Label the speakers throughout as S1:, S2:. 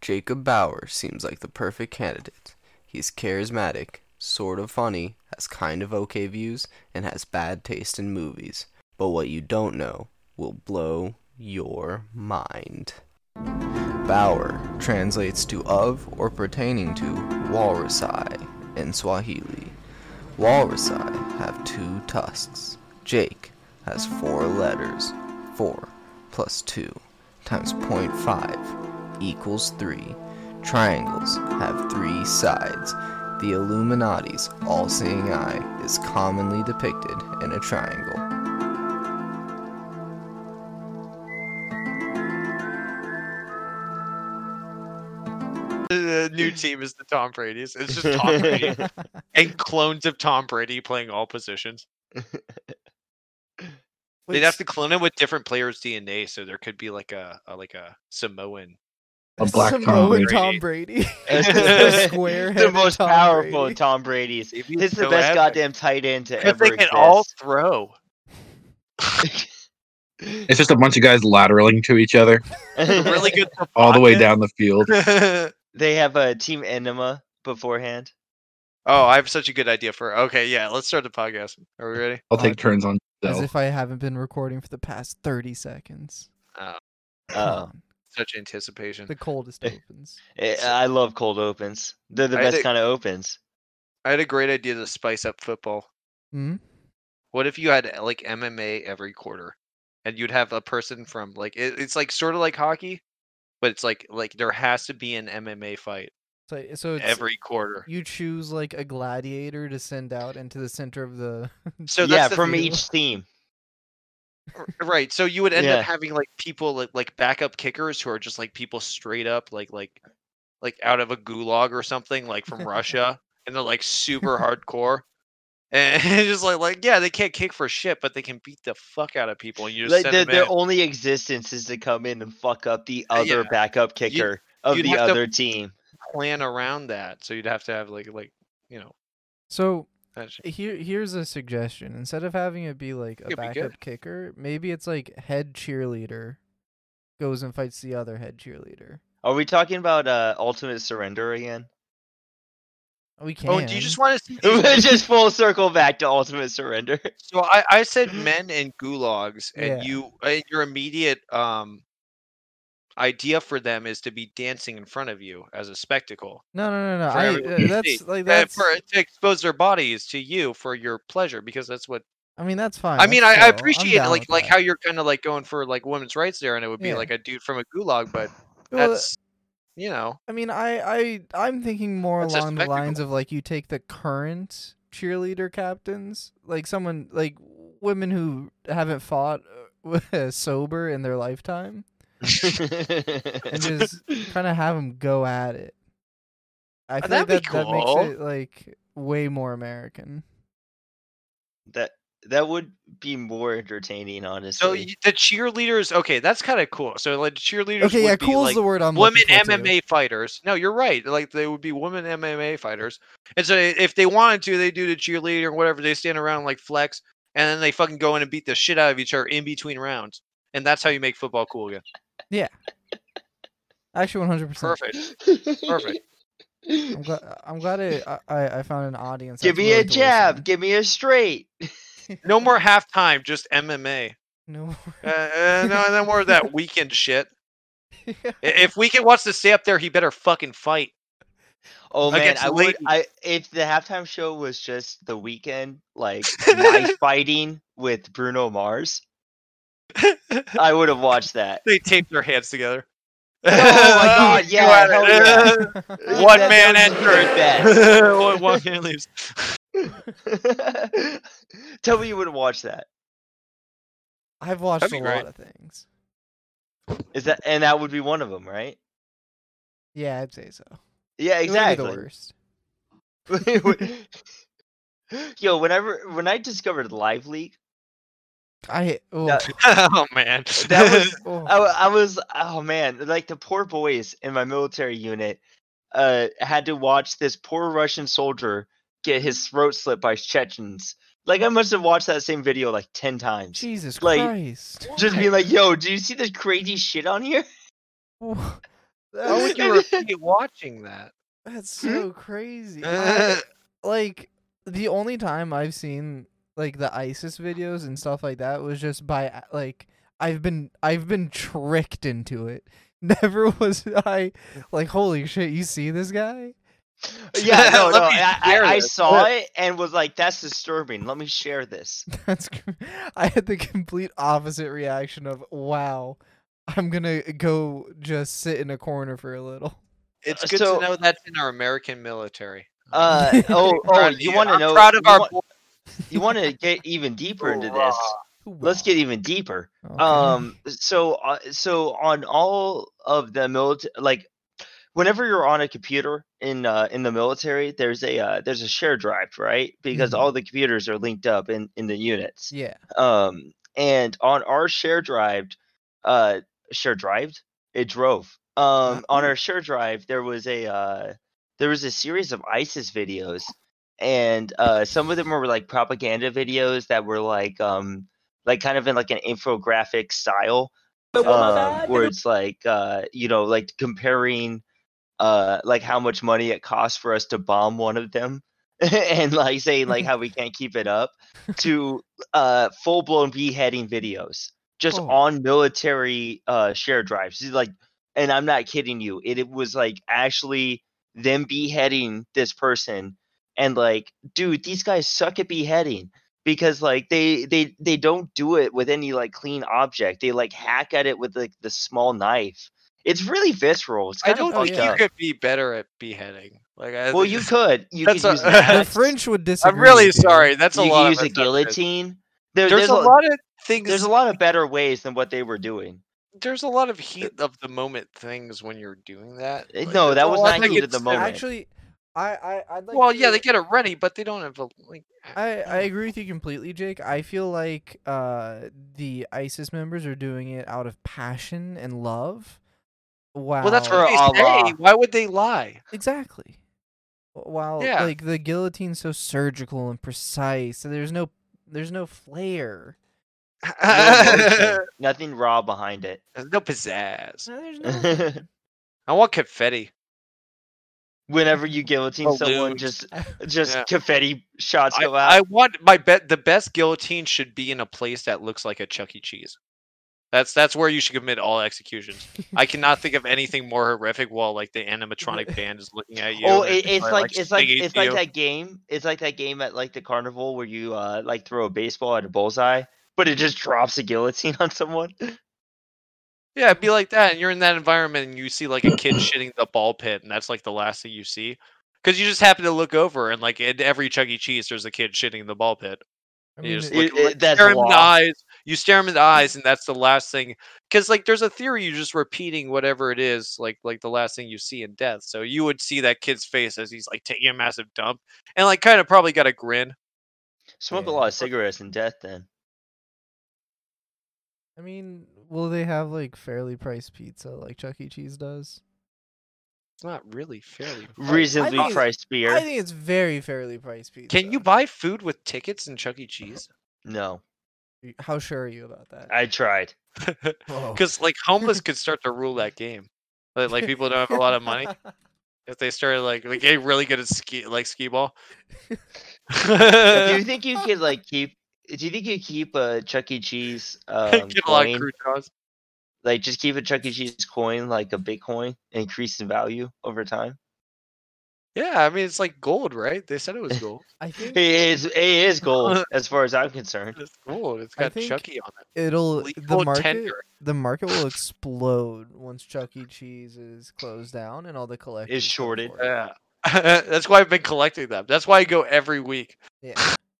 S1: Jacob Bauer seems like the perfect candidate. He's charismatic, sort of funny, has kind of okay views, and has bad taste in movies. But what you don't know will blow your mind. Bauer translates to of or pertaining to walrusi in Swahili. Walrusi have two tusks. Jake has four letters. 4 plus 2 times 0.5 equals 3. Triangles have three sides. The Illuminati's all seeing eye is commonly depicted in a triangle.
S2: The new team is the Tom Brady's. It's just Tom Brady and clones of Tom Brady playing all positions. They'd have to clone him with different players' DNA, so there could be like a, a like a Samoan.
S3: A black Tom
S4: Samoan
S3: Brady.
S4: Tom Brady.
S3: That's
S4: Square
S3: the most
S4: Tom
S3: powerful
S4: Brady.
S3: Tom Brady's.
S2: If you
S3: This is the
S2: throw
S3: best
S2: at
S3: goddamn tight end to
S2: Because
S3: ever
S2: they can
S3: exist.
S2: all throw.
S5: It's just a bunch of guys lateraling to each other
S2: Really good.
S5: all the way down the field.
S2: down.
S3: they have a team enema beforehand.
S2: oh, I have such a good idea for. Okay, yeah, let's start the podcast. Are we ready?
S5: I'll take turns on.
S4: As
S5: So.
S4: if I haven't been recording for the past 30 seconds. Come
S3: Oh,
S4: on.
S2: Such anticipation.
S4: The coldest opens.
S3: I eh, I love cold opens. They're the
S2: I
S3: best
S2: think-
S3: kind of opens.
S2: I had a great idea to spice up football.
S4: Hmm?
S2: What if you had eh, like MMA every quarter, and you'd have a person from like it, it's like sort of like hockey, but it's like like there has to be an MMA fight
S4: So, so it's,
S2: every quarter.
S4: you choose like a gladiator to send out into the center of the.
S2: So that's
S3: yeah,
S2: the
S3: from
S2: thing,
S3: each team.
S2: right. So you would end
S3: Yeah.
S2: up having like people like like backup kickers who are just like people straight up like like like out of a gulag or something like from Russia, and they're like super hardcore. And it's just like, like, yeah, they can't kick for shit, but they can beat the fuck out of people. And you just
S3: Like
S2: send
S3: their,
S2: them
S3: their
S2: in. Uh,
S3: only existence is to come in and fuck up the other
S2: yeah.
S3: backup kicker of
S2: you'd
S3: the
S2: have to-
S3: other team.
S2: plan around that. So you'd have to have like like you know
S4: So
S2: that shit.
S4: here, here's a suggestion. Instead of having it be like a
S2: It'd be good.
S4: backup kicker, maybe it's like head cheerleader goes and fights the other head cheerleader.
S3: Are we talking about uh, ultimate surrender again?
S4: We can.
S2: Oh, do you just want to see? these-
S3: Just full circle back to ultimate surrender.
S2: so I, I said men and gulags,
S4: Yeah.
S2: and you and your immediate um idea for them is to be dancing in front of you as a spectacle.
S4: No, no, no, no.
S2: for
S4: I,
S2: everyone
S4: uh,
S2: to see.
S4: that's like
S2: Uh,
S4: that's.
S2: for to expose their bodies to you for your pleasure, because that's what
S4: I mean, that's fine.
S2: I mean. I,
S4: that's
S2: I
S4: chill. I'm
S2: appreciate
S4: down
S2: like
S4: with
S2: like
S4: that.
S2: how you're kind of like going for like women's rights there, and it would be
S4: Yeah.
S2: like a dude from a gulag, but
S4: Well,
S2: that's you know
S4: I mean, I, I, I'm thinking more
S2: That's a
S4: along the lines of like you take the current cheerleader captains, like someone like women who haven't fought uh, sober in their lifetime, and just kind of have them go at it. I feel
S2: Uh, that'd be
S4: like that, that
S2: cool.
S4: makes it like way more American.
S3: that that would be more entertaining, honestly.
S2: So y- the cheerleaders, okay, that's kind of cool. So like cheerleaders,
S4: Okay, yeah,
S2: would be,
S4: cool
S2: like,
S4: is the word I'm
S2: women
S4: looking for, too.
S2: MMA fighters. No, you're right. Like they would be women MMA fighters, and so i- if they wanted to, they do the cheerleader or whatever. They stand around and, like flex, and then they fucking go in and beat the shit out of each other in between rounds, and that's how you make football cool again.
S4: Actually, 100. percent
S2: Perfect.
S3: perfect.
S2: perfect.
S4: I'm glad. I'm glad it, I- I I found an audience.
S3: Give
S4: that's
S3: me a
S4: willing to
S3: jab.
S4: listen.
S3: Give me a straight.
S2: No more halftime, just MMA.
S4: No. more-
S2: Uh, uh, no, no more of that weekend shit.
S4: Yeah.
S2: I- If Weekend wants to stay up there, he better fucking fight.
S3: Oh man,
S2: Against
S3: I
S2: the
S3: would.
S2: ladies.
S3: I if the halftime show was just the weekend, like knife fighting with Bruno Mars, I would have watched that.
S2: they tape their hands together.
S3: Oh my god, yeah, hell yeah.
S2: One
S3: That-
S2: man
S3: that was
S2: entered. one, one man leaves.
S3: the best. Tell me you wouldn't watch that.
S4: I've watched a
S2: That'd be
S4: lot
S2: great.
S4: of things.
S3: Is that and that would be one of them, right?
S4: Yeah, I'd say so.
S3: Yeah,
S4: It wouldn't be
S3: exactly.
S4: the worst.
S3: Yo, whenever when I discovered Live Leak,
S4: I oh,
S3: Yeah.
S2: oh man,
S3: that was
S4: oh,
S3: I, wa- I was oh man, like the poor boys in my military unit uh had to watch this poor Russian soldier get his throat slit by Chechens. Like I must have watched that same video like ten times.
S4: Jesus
S3: like,
S4: Christ!
S3: Just being like, yo, do you see this crazy shit on here?
S4: Wha-
S2: Why
S4: That's,
S2: would you repeat watching that?
S4: Oh, that's
S3: Hmm?
S4: so crazy.
S2: Uh,
S4: I- like the only time I've seen like the ISIS videos and stuff like that was just by uh, like I've been I've been tricked into it. Never was I like holy shit, you see this guy?
S3: Yeah, no,
S2: Let
S3: no.
S2: me
S3: I, I,
S2: share
S3: I
S2: this.
S3: saw it and was like, "That's disturbing. Let me share this."
S4: That's cr- I had the complete opposite reaction of wow, I'm gonna go just sit in a corner for a little.
S2: It's
S3: Uh,
S2: good to
S3: so-
S2: know that's in our American military.
S3: Uh oh, oh!
S2: Proud of
S3: You want to
S2: I'm
S3: know?
S2: Proud of
S3: you
S2: our
S3: want-
S2: boy.
S3: you want to get even deeper into this? Let's get even deeper.
S4: Okay.
S3: um so uh, so on all of the military like whenever you're on a computer in uh, in the military there's a uh, there's a share drive right because
S4: Mhm.
S3: all the computers are linked up in in the units
S4: yeah.
S3: um and on our share drive uh share drive it drove um on our share drive there was a uh there was a series of isis videos and uh some of them were like propaganda videos that were like um like kind of in like an infographic style um, where it's like uh you know like comparing uh like how much money it costs for us to bomb one of them and like saying like how we can't keep it up to uh full blown beheading videos just
S4: Oh.
S3: on military uh share drives It's like and I'm not kidding you it, it was like actually them beheading this person and like dude these guys suck at beheading because like they they they don't do it with any like clean object they like hack at it with like the small knife it's really visceral it's
S2: I
S3: kind
S2: don't
S3: of
S2: think
S3: fucked
S2: Oh, you
S3: up.
S2: could be better at beheading. Like, I,
S3: well you could you could
S2: That's a-
S3: use
S2: The
S4: The
S3: knives.
S4: French would disagree.
S2: I'm really
S4: with you.
S2: sorry. That's a
S3: you
S2: lot.
S3: could
S2: of
S3: use a
S2: us out there.
S3: guillotine there,
S2: There's, a
S3: lo-
S2: lot of things.
S3: there's a lot of better ways than what they were doing
S2: there's a lot of heat of the moment things when you're doing that.
S3: Eh, no,
S2: there's
S3: that
S2: a
S3: was
S2: lot
S3: not
S2: that
S3: heat of the
S2: gets-
S3: moment.
S4: Actually, I I I'd like
S2: Well, yeah,
S4: to-
S2: they get it ready, but they don't have a like. eh.
S4: I, I agree with you completely, Jake. I feel like uh, the ISIS members are doing it out of passion and love. Wow.
S2: Well, that's
S3: For
S2: what they say.
S3: Allah.
S2: Why would they lie?
S4: exactly. While
S2: Yeah.
S4: like the guillotine's so surgical and precise, and there's no there's no flair.
S3: No emotion, nothing raw behind it
S2: There's no pizzazz.
S4: No, there's no.
S2: I want confetti.
S3: whenever you guillotine someone
S2: Balloons.
S3: just just
S2: Yeah.
S3: confetti shots
S2: I,
S3: go out
S2: I want my bet. The best guillotine should be in a place that looks like a Chuck E. Cheese. That's that's where you should commit all executions. I cannot think of anything more horrific while like the animatronic band is looking at you.
S3: Oh,
S2: and
S3: it, it's
S2: trying to,
S3: like, it's like
S2: sting
S3: it's
S2: you.
S3: like that game. It's like that game at like the carnival where you uh like throw a baseball at a bullseye, but it just drops a guillotine on someone.
S2: Yeah, it'd be like that. And you're in that environment and you see like a kid shitting the ball pit, and that's like the last thing you see. Because you just happen to look over and like at every Chuck E. Cheese, there's a kid shitting the ball pit.
S4: I
S2: You
S4: mean,
S2: just
S4: it-
S2: look
S3: It- it- that's
S2: stare him in the
S3: law.
S2: eyes. You stare him in the eyes, and that's the last thing. Because like, there's a theory you're just repeating whatever it is, like like the last thing you see in death. So you would see that kid's face as he's like taking a massive dump, and like kind of probably got a grin.
S3: Smoke
S4: Yeah.
S3: a lot of cigarettes in death. Then
S4: I mean, will they have like fairly priced pizza like Chuck E. Cheese does?
S2: It's not really fairly. priced.
S3: reasonably
S4: think-
S3: priced beer.
S4: I think it's very fairly priced pizza.
S2: Can you buy food with tickets in Chuck E. Cheese?
S3: No,
S4: How sure are you about that?
S3: I tried.
S4: Whoa.
S2: Because like homeless could start to rule that game. Like, like people don't have a lot of money if they started like like getting really good at ski like skee ball.
S3: do you
S2: Get
S3: think you could like keep? Do you think you keep a Chuck E. Cheese um,
S2: a lot of
S3: coin?
S2: croutons.
S3: Like just keep a Chuck E. Cheese coin like a Bitcoin, increase in value over time.
S2: Yeah, I mean it's like gold, right? They said it was gold.
S4: I think
S3: It is it is gold as far as I'm concerned.
S2: it's gold. It's
S4: I
S2: got
S4: think
S2: Chucky on it.
S4: it'll the
S2: Legal
S4: market
S2: tender.
S4: the market will explode once Chuck E. Cheese is closed down and all the collectors come
S3: shorted.
S4: for it.
S2: Yeah. That's why I've been collecting them. That's why I go every week.
S4: Yeah,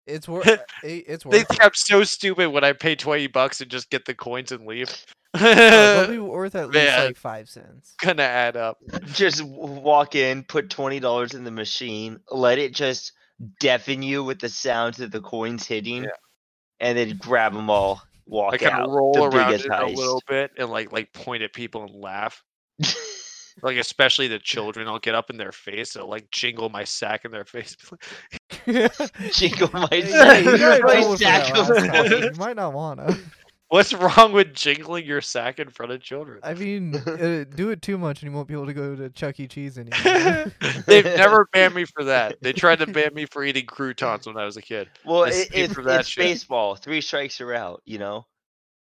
S4: it's worth it, it's
S2: They
S4: worth.
S2: think
S4: it.
S2: I'm so stupid when I pay twenty bucks and just get the coins and leave.
S4: No, they'll
S2: Gonna
S4: be worth at least
S2: Man.
S4: like five cents.
S2: add up.
S3: just w- walk in, put twenty dollars in the machine, let it just deafen you with the sounds of the coins hitting,
S2: Yeah.
S3: and then grab them all, walk
S2: I kind
S3: out.
S2: of roll
S3: the
S2: around
S3: biggest
S2: in a little bit and like like point at people and laugh. Like especially the children, I'll get up in their face and like jingle my sack in their face.
S3: Jingle my
S4: Yeah, you
S3: sack,
S4: gotta
S3: my
S4: go for that
S3: sack of
S4: last one.
S3: coins.
S4: You might not wanna.
S2: What's wrong with jingling your sack in front of children?
S4: I mean, uh, do it too much and you won't be able to go to Chuck E. Cheese anymore.
S2: They've never banned me for that. They tried to ban me for eating croutons when I was a kid.
S3: Well,
S2: Let's
S3: it,
S2: aim
S3: it's,
S2: for that
S3: it's
S2: shit.
S3: baseball. Three strikes are out. You know,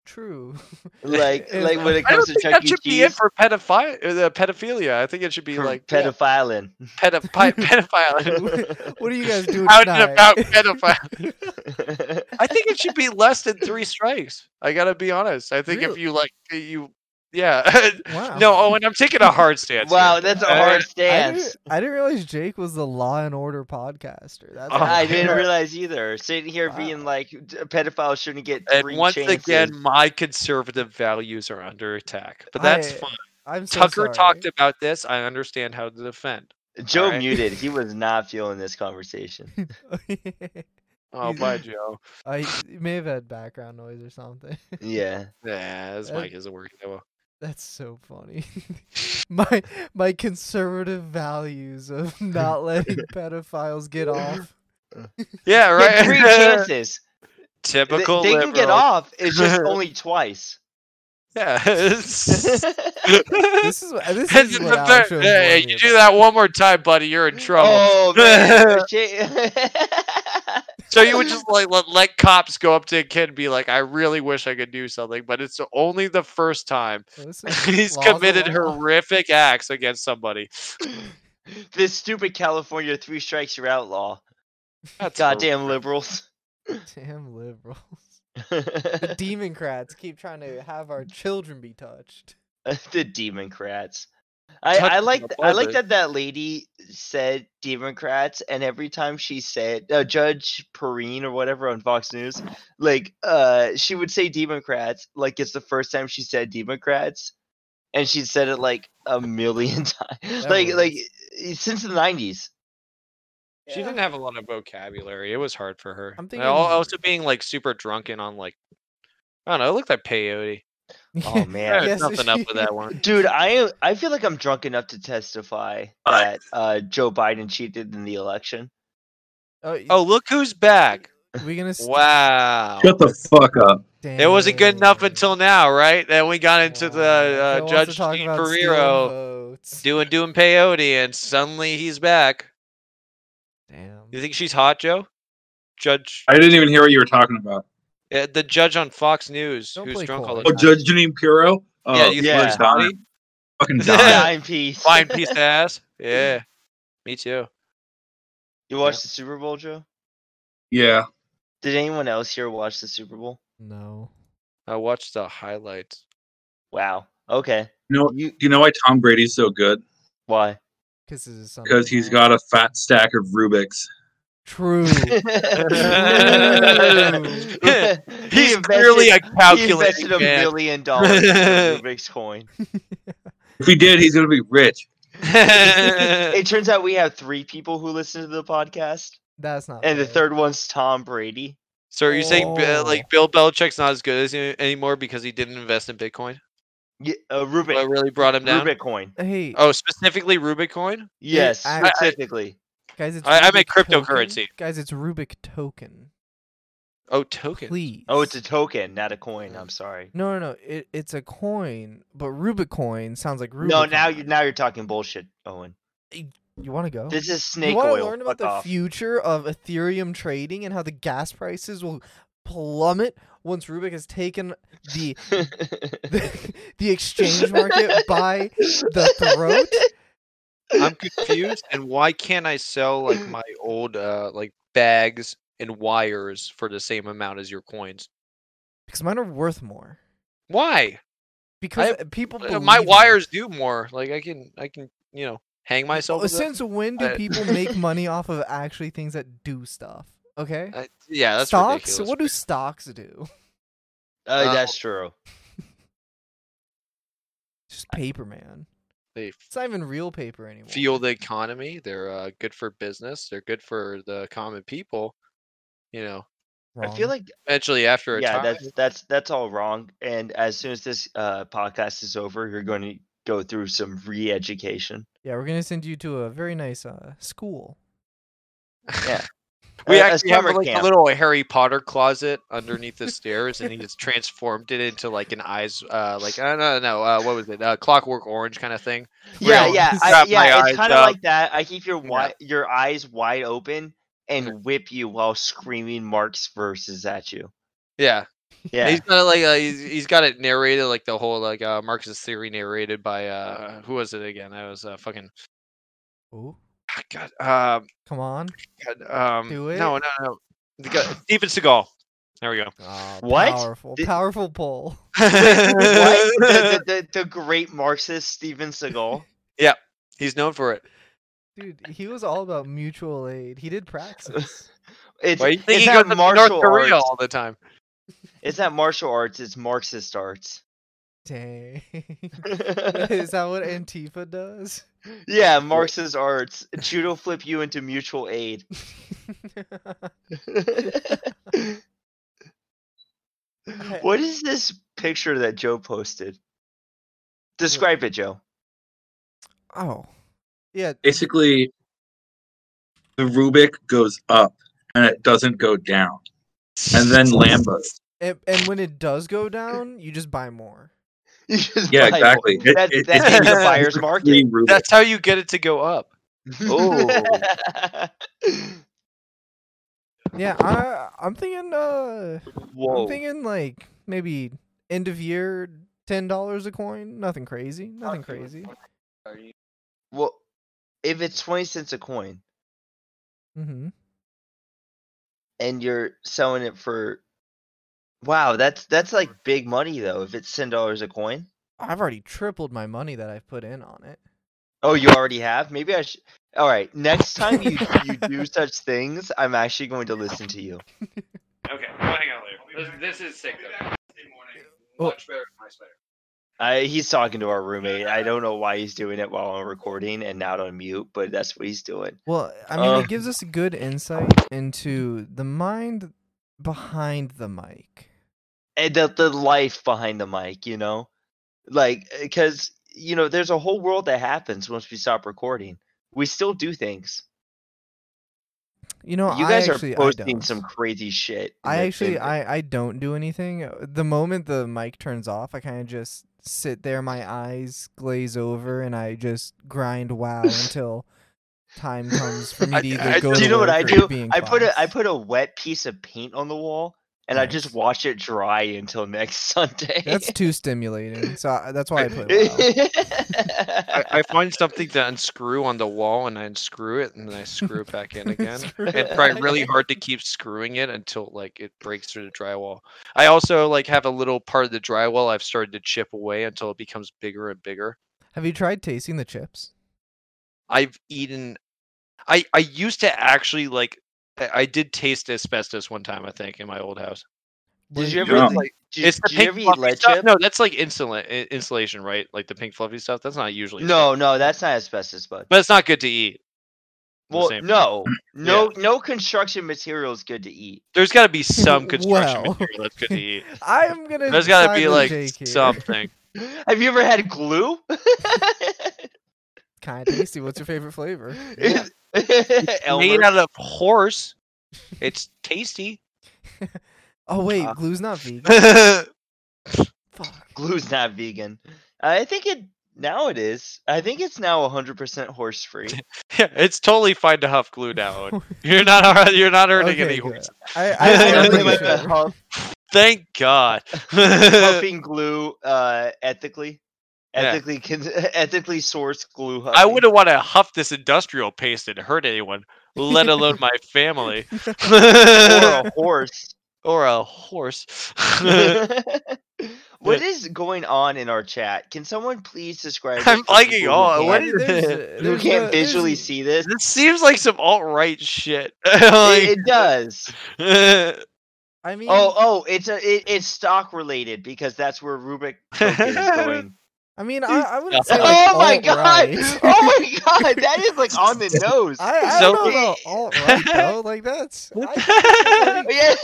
S4: True.
S3: like
S4: And-
S3: like when it
S2: I don't
S3: comes to
S2: think that
S3: Chuck E.
S2: should be it
S3: Cheese,
S2: for pedophilia. Uh, pedophilia. I think it should be
S3: for
S2: like pedophile.
S3: pedophiling.
S2: pedophile. pedophile.
S4: What are you guys doing
S2: Out
S4: tonight?
S2: and about pedophile. I think it should be less than three strikes. I gotta be honest. I think if
S4: Really?
S2: you like eh, you, yeah.
S4: Wow.
S2: no. Oh, and I'm taking a hard stance.
S3: wow,
S2: here.
S3: that's a
S2: Uh,
S3: hard
S4: I
S3: stance.
S4: didn't, I didn't realize Jake was the Law and Order podcaster. That's
S2: Oh,
S3: I didn't
S2: yeah.
S3: realize either. Sitting here being
S4: Wow.
S3: like, "D- pedophiles shouldn't get
S2: And
S3: three
S2: once
S3: chances.
S2: again, my conservative values are under attack. But that's
S4: I-
S2: fine.
S4: I'm so
S2: Tucker
S4: sorry.
S2: talked about this. I understand how to defend.
S3: Joe
S2: Alright.
S3: muted. He was not feeling this conversation.
S2: Oh,
S4: He's-
S2: bye, Joe.
S4: I you may have had background noise or something.
S3: yeah.
S2: Nah, this
S4: Uh,
S2: mic isn't working that well.
S4: That's so funny. my my conservative values of not letting pedophiles get off.
S2: Yeah,
S3: Get
S2: right.
S3: three chances. They,
S2: Typical.
S3: they can get
S2: liberal.
S3: off. It's just only twice.
S2: Yeah.
S4: This is what- this
S2: And
S4: is
S2: then
S4: what
S2: the third-
S4: outros worry
S2: hey, you do
S4: about.
S2: that one more time, buddy, you're in trouble.
S3: oh man. Shit.
S2: So you would just like let, let cops go up to a kid and be like, "I really wish I could do something, but it's only the first time
S4: This is
S2: he's
S4: law of the
S2: committed
S4: law.
S2: horrific acts against somebody."
S3: this stupid California three strikes you're out law.
S2: That's
S3: Goddamn liberals.
S4: Damn liberals. The Democrats keep trying to have our children be touched.
S3: the Democrats. I,
S2: Touch
S3: I
S2: the
S3: like th- I like
S2: button.
S3: that that lady said Democrats, and every time she said uh, Judge Perrine or whatever on Fox News, like uh, she would say Democrats, like it's the first time she said Democrats, and she said it like a million times,
S4: That
S3: like like
S4: rules.
S3: i- since the nineties.
S2: She didn't have a lot of vocabulary. It was hard for her.
S4: I'm
S2: I'm thinking
S4: thinking-
S2: also being like super drunken on like I don't know. It looked like peyote.
S3: Oh
S2: There's
S3: man,
S4: Yes,
S2: nothing up
S4: she-
S2: with that one.
S3: dude, I am I feel like I'm drunk enough to testify that uh, Joe Biden cheated in the election.
S4: Oh, y-
S2: Oh, look who's back!
S4: we gonna st-
S2: Wow.
S5: Shut the fuck up.
S2: It wasn't good enough
S4: Dang.
S2: until now, right? Then we got into
S4: Wow.
S2: the
S4: Phil
S2: uh,
S4: wants to
S2: Judge
S4: talk
S2: Dean
S4: about stealing
S2: Ferrero
S4: votes.
S2: doing doing peyote, and suddenly he's back.
S4: Damn.
S2: You think she's hot, Joe? Judge,
S5: I didn't even hear what you were talking about.
S2: uh, the judge on Fox News,
S4: Don't
S2: who's
S4: play
S2: drunk all the
S4: coy.
S5: Oh,
S2: time.
S5: Judge Janine Pirro? Oh,
S2: yeah, you
S3: yeah.
S2: yeah.
S5: she's dying. Fucking dying.
S3: Nine piece.
S2: fine piece of ass. Yeah, me too.
S3: You watched the Super Bowl, Joe?
S5: yeah.
S3: Did anyone else here watch the Super Bowl?
S4: No.
S2: I watched the highlights.
S3: Wow. Okay.
S5: You know,
S3: You
S5: you know why Tom Brady's so good?
S3: why?
S4: Kisses is something.
S5: Because he's
S4: else.
S5: got a fat stack of Rubik's.
S4: True.
S2: He's
S3: he's
S2: clearly a
S3: he invested
S2: calculating
S3: a
S2: man.
S3: million dollars in Rubik's coin.
S5: If he did, he's gonna be rich.
S3: It turns out we have three people who listen to the podcast,
S4: That's not.
S3: and the
S4: fair.
S3: third one's Tom Brady.
S2: so are you saying B- uh,
S4: Oh.
S2: like Bill Belichick's not as good as you anymore because he didn't invest in Bitcoin?
S3: Yeah, uh,
S2: What
S3: Rubik.
S2: really brought him down?
S3: Rubik coin.
S4: Hey
S2: Oh, specifically Rubiccoin?
S3: Yes,
S4: I- I-
S3: specifically.
S4: guys, it's
S2: I- I
S4: Rubik
S2: make cryptocurrency.
S4: token. Guys, it's Rubik token.
S2: Oh, token.
S4: Please.
S3: Oh, it's a token, not a coin. I'm sorry.
S4: No, no, no. It, it's a coin, but Rubik coin sounds like Rubik.
S3: No, now you now you're talking bullshit, Owen.
S4: You want to go?
S3: This is snake
S4: you want to
S3: oil.
S4: learn about
S3: Fuck
S4: the
S3: off.
S4: future of Ethereum trading and how the gas prices will plummet once Rubik has taken the the, the exchange market by the throat.
S2: I'm confused. and why can't I sell like my old uh like bags and wires for the same amount as your coins?
S4: Because mine are worth more.
S2: Why?
S4: Because people
S2: Uh, My
S4: believe in it.
S2: wires do more. Like I can I can, you know, hang myself.
S4: Well,
S2: with it.
S4: since when do
S2: I-
S4: people make money off of actually things that do stuff? Okay.
S2: I- yeah, Uh, that's
S4: stocks.
S2: ridiculous.
S4: What do stocks do?
S3: Uh,
S2: Oh.
S3: that's true.
S4: Just paper, man.
S2: they
S4: It's not even real paper anymore.
S2: fuel the economy? They're uh, good for business. They're good for the common people. You know,
S3: I feel
S4: Wrong.
S3: like
S2: eventually after a
S3: yeah,
S2: time,
S3: that's that's that's all wrong. And as soon as this uh, podcast is over, you're going to go through some re-education.
S4: yeah, we're gonna send you to a very nice uh, school.
S2: We
S3: a- a
S2: actually have
S3: summer
S2: like a
S3: camp.
S2: little Harry Potter closet underneath the stairs, and he just transformed it into like an eyes, uh, like I don't know, no, uh, what was it, uh, Clockwork Orange kind of thing.
S3: Yeah,
S2: Real-
S3: yeah, I,
S2: Got my
S3: yeah.
S2: eyes
S3: It's kind of
S2: up.
S3: like that. I keep your
S2: Yeah.
S3: wi- your eyes wide open
S2: Yeah.
S3: and whip you while screaming Mark's verses at you.
S2: Yeah, And
S3: Yeah,
S2: he's got it like uh, he's, he's got it narrated like the whole like uh, Marxist theory narrated by uh, who was it again? That was uh, fucking
S4: Ooh,
S2: God, um,
S4: Oh, come on.
S2: God, um,
S4: Do it.
S2: no, no, no, the guy- Steven Seagal. There we go.
S4: Ah,
S3: What?
S4: Powerful,
S3: Did-
S4: powerful pull.
S3: what? The, the, the, the great Marxist Steven Seagal.
S2: He's known for it.
S4: Dude, he was all about mutual aid. He did praxis.
S3: It's,
S2: Why do you think he
S3: it's not
S2: goes to North
S3: martial
S2: Korea
S3: arts.
S2: all the time?
S3: It's not martial arts. It's Marxist arts.
S4: Dang. Is that what Antifa does?
S3: yeah, Marxist arts. Judo flip you into mutual aid. what is this picture that Joe posted? Describe it, Joe.
S4: oh. Yeah,
S5: Basically, the Rubik goes up and it doesn't go down, and then Lambos.
S4: and, and when it does go down, you just buy more.
S3: You just
S5: Yeah,
S3: buy one.
S5: exactly. It-
S3: That-
S5: it-
S3: that's
S5: it-
S2: in the
S5: it's
S3: buyer's
S5: a free
S3: market.
S5: Rubik.
S2: That's how you get it to go up.
S4: Yeah, I, I'm thinking. Uh,
S3: Whoa.
S4: I'm thinking like maybe end of year, ten dollars a coin. Nothing crazy. Nothing crazy.
S3: well, if it's 20 cents a coin
S4: Mm-hmm.
S3: and you're selling it for Wow, that's that's like big money though. If it's ten dollars a coin,
S4: I've already tripled my money that I've put in on it.
S3: oh, you already have. Maybe I should. All right, next time you you do such things, I'm actually going to listen to you.
S2: Okay, we'll hang out later. This, this is sick though.
S4: Oh. Much
S2: better than my spider.
S3: I, he's talking to our roommate. I don't know why he's doing it while I'm recording and not on mute, but that's what he's doing.
S4: Well, I mean,
S3: Uh.
S4: it gives us a good insight into the mind behind the mic.
S3: and the the life behind the mic, you know, like because you know there's a whole world that happens once we stop recording. We still do things.
S4: You know,
S3: you
S4: I
S3: guys
S4: actually,
S3: are
S4: I
S3: posting
S4: don't.
S3: some crazy shit. in
S4: I
S3: the-
S4: actually,
S3: in-
S4: I, I don't do anything. The moment the mic turns off, I kind of just sit there, my eyes glaze over, and I just grind wow until time comes for me
S2: I-
S4: to either
S2: I-
S4: go.
S3: do
S4: to
S3: you know what
S4: work
S3: I
S4: or
S3: do?
S4: be in
S3: I put a I
S4: class.
S3: put a wet piece of paint on the wall and I just
S4: Nice.
S3: watch it dry until next Sunday.
S4: That's too stimulating, so I, that's why I put. Wow.
S2: I,
S3: I,
S2: I find something to unscrew on the wall, and I unscrew it, and then I screw it back in again.
S4: Screw
S2: and
S4: it.
S2: try really hard to keep screwing it until like it breaks through the drywall. I also like have a little part of the drywall I've started to chip away until it becomes bigger and bigger.
S4: Have you tried tasting the chips?
S2: I've eaten. I I used to actually like. I, I did taste asbestos one time, I think, in my old house.
S3: did you
S5: you
S3: ever
S5: know,
S3: eat-
S2: like,
S3: did,
S2: it's the
S3: did you
S2: pink
S3: ever eat
S2: fluffy
S3: lead
S2: stuff.
S3: chip?
S2: No, that's like insulin i- insulation, right? Like the pink fluffy stuff. That's not usually.
S3: no, no, that's not asbestos, bud.
S2: but it's not good to eat. The
S3: Well,
S2: same-
S3: no, no, no construction material is good to eat.
S2: There's got to be some construction
S4: Well.
S2: material that's good to eat.
S4: I'm gonna.
S2: There's got to
S4: side
S2: be
S4: with
S2: like
S4: Jake here.
S2: something.
S3: Have you ever had glue?
S4: Kind of tasty. What's your favorite flavor?
S2: Made
S3: Elmer.
S2: out of horse. It's tasty.
S4: Oh wait,
S2: Ah.
S3: Uh.
S4: glue's not vegan.
S2: That's
S4: Fuck.
S3: Glue's not vegan. I think it now it is. I think it's now 100% horse free.
S2: Yeah, it's totally fine to huff glue now. Owen. You're not alri- you're not earning
S4: Okay,
S2: any
S4: good.
S2: horse.
S4: I,
S3: I
S4: I,
S3: don't
S4: I'm
S3: think
S4: pretty
S3: like
S4: sure.
S3: that huff,
S2: Thank God.
S3: huffing glue uh, ethically.
S2: Yeah.
S3: Ethically, con- ethically sourced glue. Huffing.
S2: I wouldn't want to huff this industrial paste and hurt anyone, let alone my family.
S3: or a horse.
S2: or a horse.
S3: what is going on in our chat? Can someone please describe?
S2: I'm
S3: this for
S2: liking
S3: people who
S2: all-
S3: can't-
S2: what
S4: Yeah,
S2: is
S4: there's,
S2: it?
S4: uh,
S3: who
S4: there's
S3: can't
S4: the- there's
S3: visually
S4: the-
S3: see this?
S2: this seems like some alt right shit.
S3: It,
S2: Like,
S3: it does.
S4: I mean,
S3: Oh, oh, it's a it, it's stock related because that's where Rubik Token is going.
S4: I mean, I, I wouldn't say. Like,
S3: Oh my god!
S4: alt-right.
S3: Oh my god! That is like on the nose.
S4: I, I
S2: So-
S4: don't know about alt right though. Like that's I,
S3: Yeah.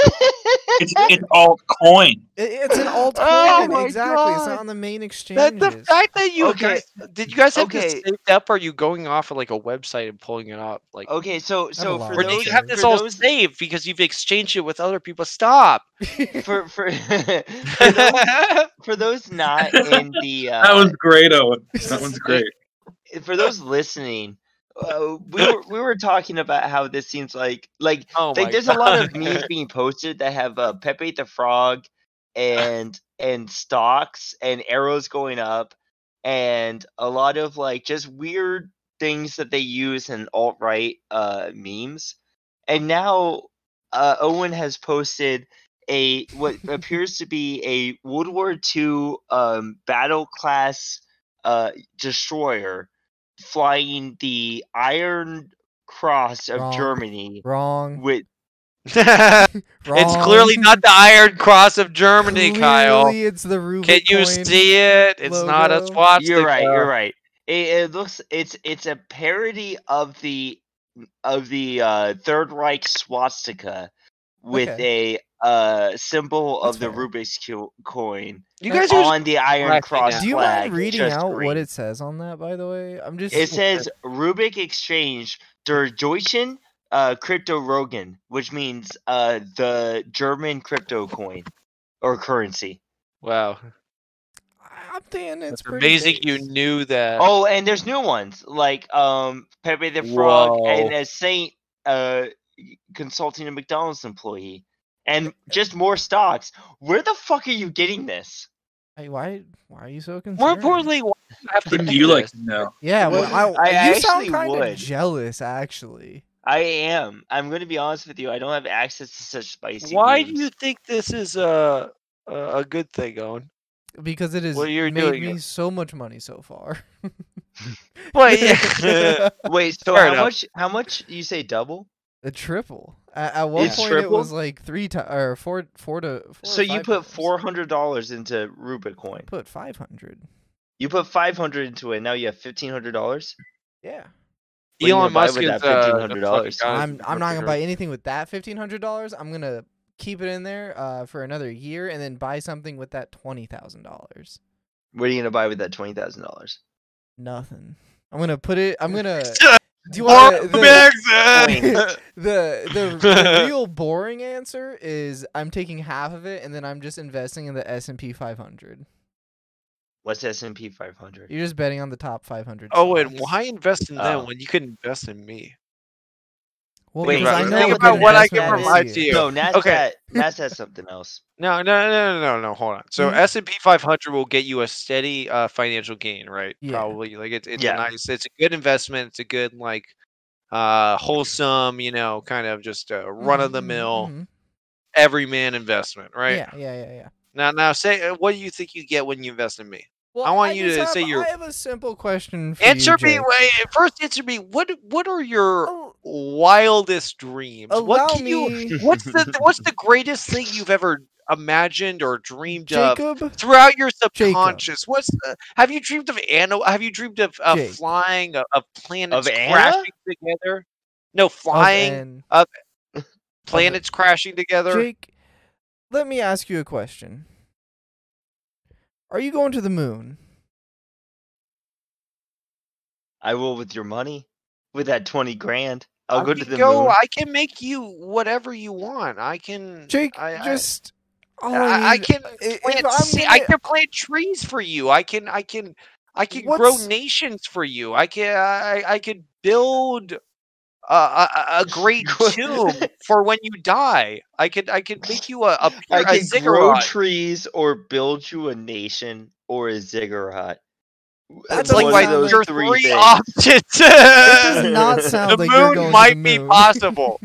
S5: It's, it's all coin.
S4: it- it's an alt
S2: Oh
S4: coin
S2: my
S4: exactly. It's
S2: God.
S4: not on the main exchange.
S2: That, the fact that you
S3: Okay.
S2: guys did you guys have
S3: Okay.
S2: this saved up? Or are you going off of like a website and pulling it up? Like,
S3: okay, so so
S4: lot.
S3: Oh, for
S2: or
S4: Where
S2: do
S3: those,
S2: you have this
S3: for
S2: all
S3: those,
S2: saved because you've exchanged it with other people? Stop.
S3: for for for those, for those not in the uh,
S5: That was great, Owen. That one's great.
S3: for those listening, uh, we were we were talking about how this seems like like
S2: oh my
S3: like there's
S2: God.
S3: a lot of memes being posted that have uh, Pepe the Frog and and stocks and arrows going up and a lot of like just weird things that they use in alt right uh, memes. And now uh, Owen has posted a what appears to be a World War II um, battle class uh, destroyer flying the Iron Cross of
S4: Wrong.
S3: Germany
S4: wrong.
S3: with
S4: Wrong.
S2: it's clearly not the Iron Cross of Germany, Kyle.
S4: Clearly it's the Rubicon.
S2: Can you see it? It's not a
S4: logo.
S2: swastika.
S3: you're right. You're
S4: uh,
S3: right. It, it looks it's it's a parody of the of the uh, Third Reich swastika with a uh, symbol of the
S4: That's fair.
S3: Rubik's cu- coin
S2: You
S4: Like,
S2: guys are
S3: on the Iron
S2: Black
S3: Cross
S2: flag.
S4: Do you
S3: flag.
S4: mind reading
S3: just
S4: out what
S3: green.
S4: it says on that? By the way, I'm just.
S3: It says Rubik Exchange der Deutschen uh, Crypto Rogan, which means uh, the German crypto coin or currency.
S2: wow.
S4: I'm thinking it's
S2: It's
S4: pretty
S2: amazing you
S4: base.
S2: knew that.
S3: Oh, and there's new ones like um Pepe the Frog and
S2: Whoa.
S3: a Saint uh consulting a McDonald's employee, and just more stocks. Where the fuck are you getting this?
S4: Hey, why? Why are you so concerned?
S2: More importantly, why do you have to
S5: Wouldn't
S2: do
S5: you like
S2: this?
S5: to know?
S4: yeah. Well, I,
S3: I
S4: you sound
S3: actually
S4: kind
S3: would.
S4: of jealous, actually.
S3: I am. I'm gonna be honest with you. I don't have access to such spicy.
S2: Why do
S3: memes.
S2: you think this is a a, a good thing, Owen?
S4: because it has
S2: Well, you're
S4: made
S2: doing
S4: me
S2: it.
S4: so much money so far.
S2: Well, yeah.
S3: Wait. So
S2: Fair
S3: how
S2: enough.
S3: much? How much you say double?
S4: a triple. At, at one
S3: It's
S4: point,
S3: triple?
S4: it was like three times or four, four to. Four
S3: So
S4: or
S3: you
S4: five
S3: put
S4: times.
S3: four hundred dollars into Rubik
S4: I
S3: coin.
S4: Put five hundred.
S3: You put five hundred into it. Now you have fifteen hundred dollars.
S4: Yeah,
S3: What are you gonna
S2: Elon
S3: buy
S2: Musk
S3: with
S2: is
S3: that
S2: uh, the
S3: $1,500?
S2: fucking god of
S4: I'm. I'm not gonna
S2: entrepreneur.
S4: buy anything with that fifteen hundred dollars. I'm gonna keep it in there uh, for another year and then buy something with that twenty thousand dollars.
S3: What are you gonna buy with that twenty thousand dollars?
S4: Nothing. I'm gonna put it. I'm gonna. Do you
S2: Or
S4: want the, the,
S2: Brexit!
S4: the, the, the real boring answer is I'm taking half of it and then I'm just investing in the S and P 500.
S3: What's S and P five hundred?
S4: You're just betting on the top 500.
S2: Owen,
S4: stocks.
S2: Oh, why invest in
S3: Oh.
S2: them when you could invest in me?
S4: Well,
S3: Wait,
S4: because I
S3: think
S4: know
S3: about-
S4: a
S3: think
S4: good
S3: about what I can
S4: investment
S2: provide
S4: is.
S2: to you.
S3: No, NASDAQ.
S2: Okay.
S3: NASDAQ's something else.
S2: No, no, no, no, no, no. Hold on. So
S4: Mhm.
S2: S and P 500 will get you a steady uh, financial gain, right?
S4: Yeah.
S2: Probably. Like it's it's
S3: Yeah.
S2: a nice. It's a good investment. It's a good like uh wholesome, you know, kind of just uh,
S4: Mm-hmm.
S2: run of the mill
S4: Mhm, mhm, mhm.
S2: everyman investment, right?
S4: Yeah, yeah, yeah, yeah.
S2: Now, now say uh, what do you think you get when you invest in me?
S4: Well,
S2: I want you
S4: just
S2: to
S4: have,
S2: say your-
S4: I have a simple question for
S2: Answer
S4: you.
S2: me.
S4: Jake.
S2: Wait, first answer me. What what are your
S4: Al-
S2: wildest dreams?
S4: Oh. Allow
S2: what can you?
S4: me,
S2: What's the what's the greatest thing you've ever imagined or dreamed of?
S4: Jacob.
S2: throughout your
S4: Jacob.
S2: subconscious. What's the, have you dreamed of animal? Have you dreamed of uh,
S4: Jake.
S2: flying of, of planets
S3: Of Anna?
S2: crashing together? No, flying
S4: and
S2: planets crashing together.
S4: Jake, let me ask you a question. Are you going to the moon?
S3: I will with your money, with that twenty grand. I'll
S2: I
S3: go to
S2: can
S3: the
S2: go-
S3: moon.
S2: I can make you whatever you want. I can.
S4: Jake,
S2: I, I-
S4: just all
S2: I, I,
S4: need-
S2: can
S4: if
S2: plant.
S4: I'm
S2: se- I
S4: gonna-
S2: can plant trees for you. I can. I can. I can grow
S4: What's-
S2: nations for you. I can. I, I could build a, a, a- a great
S3: Gro-
S2: tomb for when you die. I could. I could make you a. a,
S3: I
S2: a
S3: can grow
S2: ziggurat.
S3: trees or build you a nation or a ziggurat. W-
S4: That's
S2: like
S3: one
S4: why
S2: my
S3: of those
S2: your
S3: three,
S2: three
S3: things.
S2: options.
S4: It does
S2: the
S4: not sound like you're going
S2: moon might
S4: to the
S2: be
S4: moon.
S2: possible.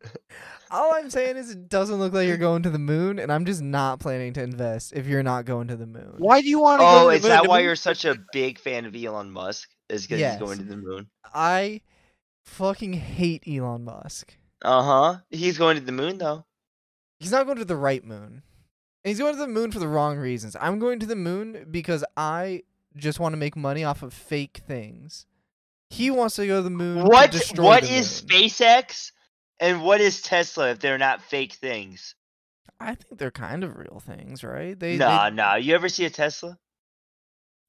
S4: All I'm saying is it doesn't look like you're going to the moon, and I'm just not planning to invest if you're not going to the moon.
S2: Why do you want to go?
S3: Oh,
S2: to the
S3: is
S2: moon?
S3: that
S2: The
S3: why
S2: moon-
S3: you're such a big fan of Elon Musk? Is because
S4: Yes.
S3: he's going to the moon.
S4: I fucking hate Elon Musk.
S3: Uh huh. He's going to the moon though.
S4: He's not going to the right moon. And he's going to the moon for the wrong reasons. I'm going to the moon because I just want to make money off of fake things. He wants to go to the moon.
S3: What
S4: To destroy
S3: what
S4: the
S3: is
S4: moon.
S3: SpaceX and what is Tesla if they're not fake things?
S4: I think they're kind of real things, right? They, they-
S3: nah, nah. You ever see a Tesla?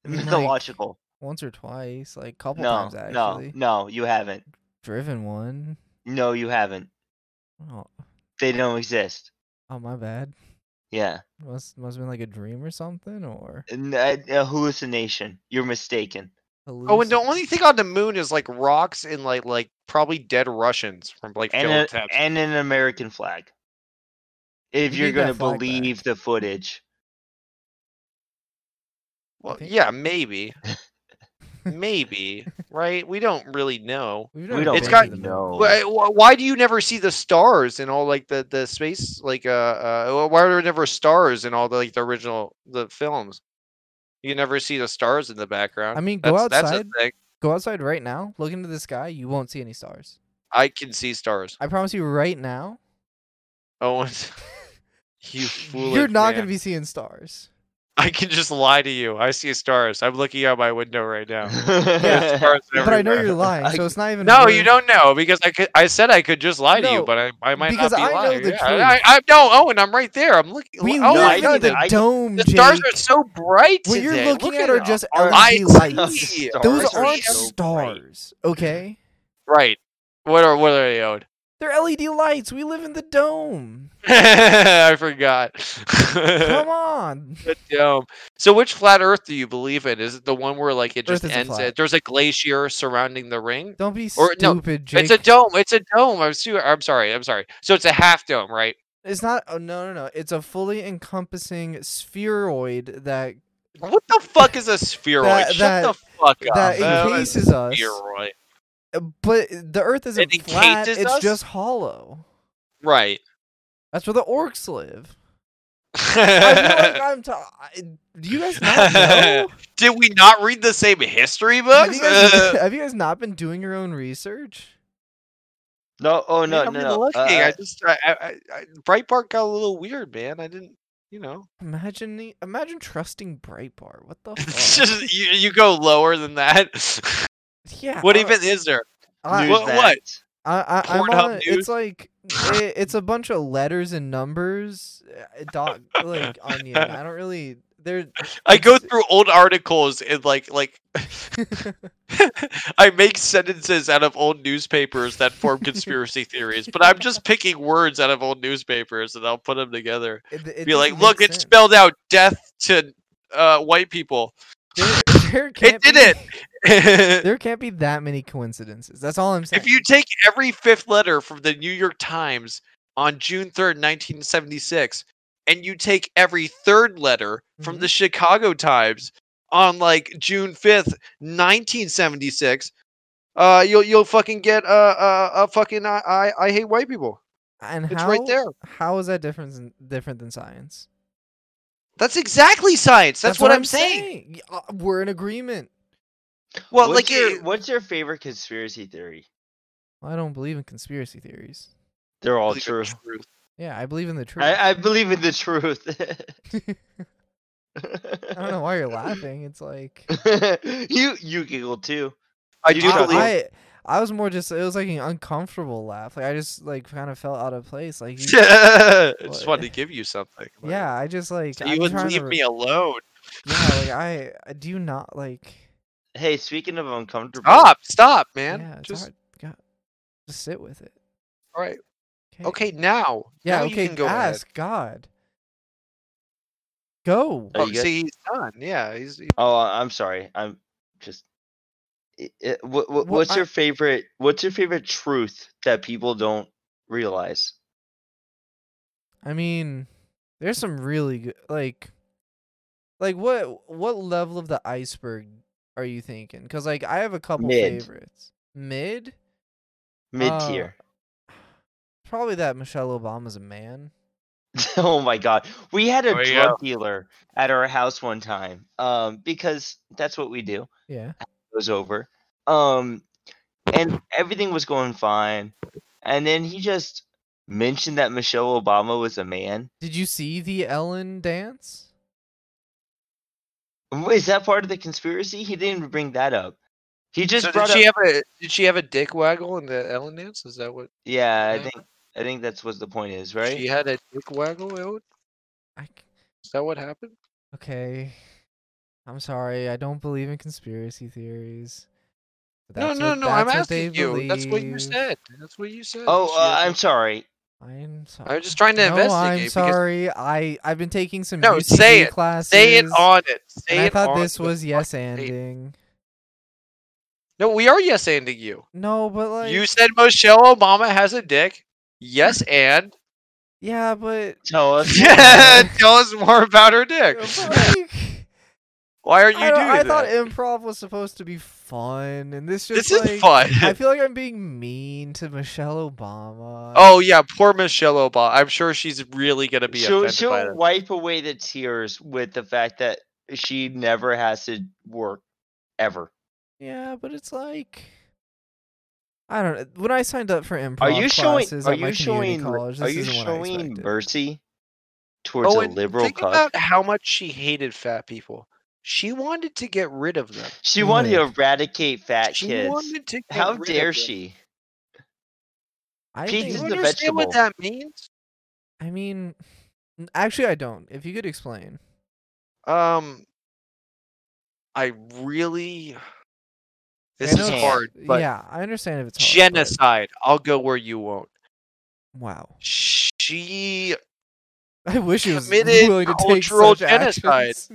S4: I mean, like,
S3: Mythological.
S4: once or twice, like a couple
S3: No,
S4: times actually.
S3: no, no. You haven't.
S4: Driven one.
S3: No, you haven't.
S4: Oh,
S3: They don't exist.
S4: oh, my bad.
S3: Yeah,
S4: Must must have been like a dream or something, or
S3: N- a a hallucination. You're mistaken.
S2: Oh, and the
S4: hallucin-
S2: only thing on the moon is like rocks and like like probably dead Russians from like
S3: and,
S2: failed
S3: a-
S2: attempts.
S3: and an American flag. If
S4: We
S3: you are
S4: need that
S3: gonna
S4: flag back.
S3: believe the footage,
S2: well,
S4: think-
S2: yeah, maybe, maybe, right? We don't really know.
S4: We've
S3: we
S4: never
S3: don't
S2: It's
S4: been
S2: got-
S4: to the moon.
S3: know.
S2: Why, wh- why do you never see the stars in all like the the space like uh, uh why are there never stars in all the like the original the films? You never see the stars in the background.
S4: I mean, go
S2: that's, That's
S4: outside.
S2: a thing.
S4: Go outside right now. Look into the sky. You won't see any stars.
S2: I can see stars.
S4: I promise you, right now,
S2: Oh, you foolish.
S4: you're not
S2: man.
S4: gonna be seeing stars.
S2: I can just lie to you. I see stars. I'm looking out my window right now. There's
S3: yeah.
S2: stars
S4: But I know
S2: everywhere.
S4: you're lying,
S3: I-
S4: so it's not even.
S2: No,
S4: worth-
S2: you don't know because I could. I said I could just lie to you,
S4: No,
S2: but I, I might
S4: because
S2: not be
S4: I know
S2: lying.
S4: the
S2: yeah.
S4: truth.
S2: I, I no. Oh, and I'm right there. I'm looking.
S4: We
S2: oh,
S4: live
S3: I
S4: in
S3: know
S4: the
S3: that. I-
S4: dome,
S2: the stars
S4: Jake.
S2: are so bright.
S4: What you're
S2: today.
S4: looking
S2: Look
S4: at are
S2: it.
S4: just
S2: Our
S4: LED
S2: eyes.
S4: lights.
S2: Yeah.
S4: Those
S3: Stars are
S4: aren't
S3: so bright.
S4: stars, okay?
S2: Right. What are what are they owed?
S4: They're LED lights. We live in the dome.
S2: I forgot.
S4: Come on.
S2: The dome. So, which flat Earth do you believe in? Is it the one where like it
S4: Earth
S2: just
S4: isn't
S2: ends?
S4: flat.
S2: At, there's a glacier surrounding the ring.
S4: Don't be
S2: Or, no,
S4: stupid, Jake.
S2: It's a dome. It's a dome. I'm su- I'm sorry. I'm sorry. So it's a half dome, right?
S4: It's not. Oh no, no, no! It's a fully encompassing spheroid that
S2: What the fuck is a spheroid?
S4: That-
S2: Shut
S4: that-
S2: the fuck up.
S4: that
S2: Uh,
S4: encases us.
S2: spheroid.
S4: But the Earth isn't
S2: It
S4: flat.
S2: encases
S4: It's
S2: us?
S4: just hollow.
S2: Right.
S4: That's where the orcs live. I feel like I'm. Ta- I- Do you guys not know?
S2: Did we not read the same history
S4: Have
S2: books?
S4: you, guys,
S2: Uh,
S4: have you guys not been doing your own research?
S3: No, oh
S2: yeah,
S3: no,
S2: I've
S3: no,
S2: been
S3: no.
S2: looking.
S3: Uh,
S2: I just I, I, I, I- Breitbart got a little weird, man. I didn't, you know. Uh.
S4: Imagine, the- imagine trusting Breitbart. What the
S2: It's
S4: fuck?
S2: just you, you go lower than that.
S4: yeah.
S2: what
S4: I-
S2: even is there?
S3: uh,
S4: I,
S2: What- what?
S3: Newsnet.
S4: I, I, I'm
S2: Pornhub
S4: on,
S2: news?
S4: it's like it, it's a bunch of letters and numbers. uh, Dot like onion. I don't really. There.
S2: I go through old articles and like like I make sentences out of old newspapers that form conspiracy theories, but I'm just picking words out of old newspapers and I'll put them together.
S4: It, it
S2: Be like,
S4: doesn't
S2: look,
S4: make
S2: it
S4: sense.
S2: spelled out death to uh, white people.
S4: There, there
S2: It
S4: can't
S2: did
S4: be-
S2: it. if
S4: There can't be that many coincidences. That's all I'm saying.
S2: you take every fifth letter from the New York Times on June 3rd, 1976, and you take every third letter from
S4: Mm-hmm.
S2: the Chicago Times on like June 5th, 1976, uh, you'll you'll fucking get a uh, a fucking I, I I hate white people.
S4: and
S2: It's
S4: how,
S2: right there.
S4: How is that different than, different than science?
S2: That's exactly science. That's, what, I'm, saying.
S4: Y- uh, We're in agreement.
S2: Well,
S3: what's
S2: like eh,
S3: your,
S2: it-
S3: what's your favorite conspiracy theory?
S4: I don't believe in conspiracy theories.
S3: They're all
S2: believe in
S3: true.
S2: truth.
S4: Yeah, I believe in the truth.
S3: I, I believe in the truth.
S4: I don't know why you're laughing. It's like
S3: you you giggle too.
S2: I
S3: You
S2: do
S3: don't
S4: I,
S2: believe.
S4: I, I was more just it was like an uncomfortable laugh. Like I just like kind of felt out of place. Like you-
S2: I just
S4: What?
S2: wanted to give you something. like,
S4: yeah, I just like
S2: so
S4: I'm
S2: you would
S4: trying to
S2: leave
S4: re-
S2: me alone.
S4: Yeah, like I, I do not like.
S3: Hey, speaking of uncomfortable,
S4: Ah!
S2: Stop! Stop, man.
S4: yeah, it's
S2: just
S4: hard. Yeah, just sit with it.
S2: all right. Okay, now.
S4: Yeah.
S2: Now
S4: okay.
S2: You can go ahead.
S4: ask God. Go.
S3: Are
S2: Oh,
S3: you good?
S2: see, he's done. Yeah, he's. he-
S3: Oh, I- I'm sorry. I'm just. what,
S4: Well,
S3: what's
S4: I-
S3: your favorite? What's your favorite truth that people don't realize?
S4: I mean, there's some really good like like what what level of the iceberg are you thinking? Cuz like I have a couple
S3: Mid.
S4: favorites. Mid? Uh.
S3: Mid tier.
S4: Probably that Michelle Obama's a man.
S3: oh my god, we had a
S2: Oh, yeah.
S3: drug dealer at our house one time. Um, because that's what we do.
S4: Yeah.
S3: was over. Um, and everything was going fine. And then he just mentioned that Michelle Obama was a man.
S4: Did you see the Ellen dance?
S3: Wait, is that part of the conspiracy? He didn't even bring that up. He just
S2: So did
S3: brought up.
S2: she have a did she have a dick waggle in the Ellen dance? Is that what
S3: yeah, I
S2: Yeah.
S3: think I think that's what the point is, right?
S2: she had a dick waggle? Ellen?
S4: I c-
S2: Is that what happened?
S4: okay. I'm sorry. I don't believe in conspiracy theories. But
S2: No,
S4: that's
S2: no,
S4: what-
S2: no. I'm
S4: that's what they
S2: asking you. That's what you
S4: believe.
S2: said. That's what you said.
S3: Oh,
S2: She
S3: uh,
S2: had a-
S3: I'm sorry.
S4: I'm sorry.
S2: I was just trying to
S4: no,
S2: investigate.
S4: I'm
S2: because-
S4: sorry. I I've been taking some
S2: No,
S4: UCB
S2: say it.
S4: classes.
S2: Say it on it. Say
S4: And I
S2: it
S4: thought
S2: on
S4: this
S2: the
S4: was
S2: fucking
S4: yes
S2: tape.
S4: ending.
S2: No, we are yes anding you.
S4: No, but like
S2: You said Michelle Obama has a dick. Yes and
S4: yeah, but
S3: Tell us.
S2: yeah. Tell us more about her dick.
S4: but, like,
S2: Why are you
S4: I,
S2: doing
S4: don't- I thought
S2: that?
S4: improv was supposed to be fun, and this just
S2: This is
S4: like,
S2: fun.
S4: I feel like I'm being mean to Michelle Obama.
S2: Oh yeah, poor Michelle Obama. I'm sure she's really gonna be
S3: she'll
S2: offended by
S3: she'll
S2: that.
S3: wipe away the tears with the fact that she never has to work ever.
S4: yeah, but it's like I don't. know. When I signed up for improv
S3: Are you showing?
S4: classes
S3: Are
S4: at my
S3: you
S4: community
S3: showing?
S4: college,
S3: Are
S4: this
S3: you
S4: isn't what I
S3: showing
S4: expected.
S3: mercy towards
S2: Oh,
S3: a
S2: and
S3: liberal
S2: think
S3: cuck?
S2: about how much she hated fat people. She wanted to get rid of them.
S3: She wanted to
S4: Good.
S3: eradicate fat
S2: she
S3: kids.
S2: wanted to. Get
S3: How
S2: rid of
S3: dare
S2: them.
S3: she?
S4: I
S3: She
S4: think-
S2: You
S3: This is a
S2: understand what
S3: vegetable.
S2: that means?
S4: I mean, n- actually, I don't. If you could explain,
S2: Um, I really. This
S4: I
S2: is
S4: know it's-
S2: hard, but
S4: yeah, I understand if it's hard, but-
S2: genocide. I'll go where you won't.
S4: Wow,
S2: She
S4: I wish he was
S2: Committed
S4: willing to take
S2: cultural
S4: such
S2: genocide.
S4: actions.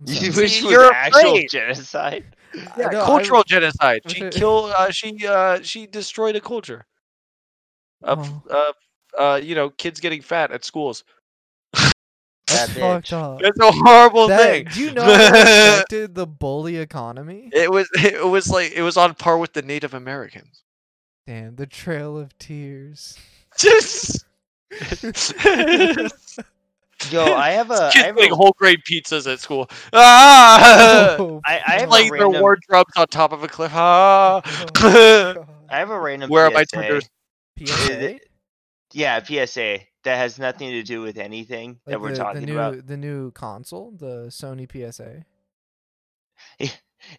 S4: I'm sorry.
S2: See,
S3: You wish it was
S2: you're
S3: actual
S2: afraid.
S3: genocide.
S2: yeah,
S4: know, I-
S2: cultural genocide. She
S4: Okay.
S2: killed. Uh, she uh, she destroyed a culture.
S4: Oh,
S2: Of uh, uh, you know, kids getting fat at schools.
S4: That's
S3: That
S4: fucked
S3: bitch.
S4: up.
S2: That's a horrible
S4: That-
S2: thing.
S4: Do you know that affected the bully economy?
S2: It was it was like it was on par with the Native Americans.
S4: Damn, the Trail of Tears.
S2: Uh, Just
S3: Yo, I have a. I
S2: kids
S3: have a
S2: eating whole grain pizzas at school. Ah,
S4: Oh,
S3: I- I have
S2: like
S3: a
S2: their
S3: random-
S2: wardrobes on top of a cliff. Ah,
S4: Oh, God.
S3: I have a random.
S2: where are my
S3: PSA.
S2: tenders?
S4: PSA?
S3: Yeah, PSA that has nothing to do with anything
S4: Like
S3: that we're
S4: the,
S3: talking
S4: the new,
S3: about.
S4: The new console, the Sony PSA.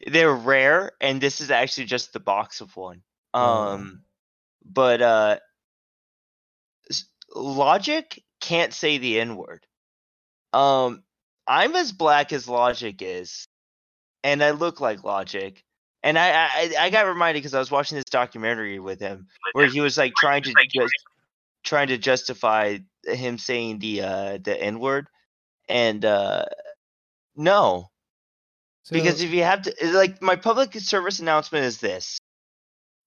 S3: They're rare, and this is actually just the box of one.
S4: Oh.
S3: Um, but uh, s- Logic can't say the N word. Um, I'm as black as Logic is, and I look like Logic. And I I, I- I got reminded because I was watching this documentary with him where he was like trying to just trying to justify him saying the uh the N word, and uh no,
S4: So,
S3: because if you have to, it's like, my public service announcement is this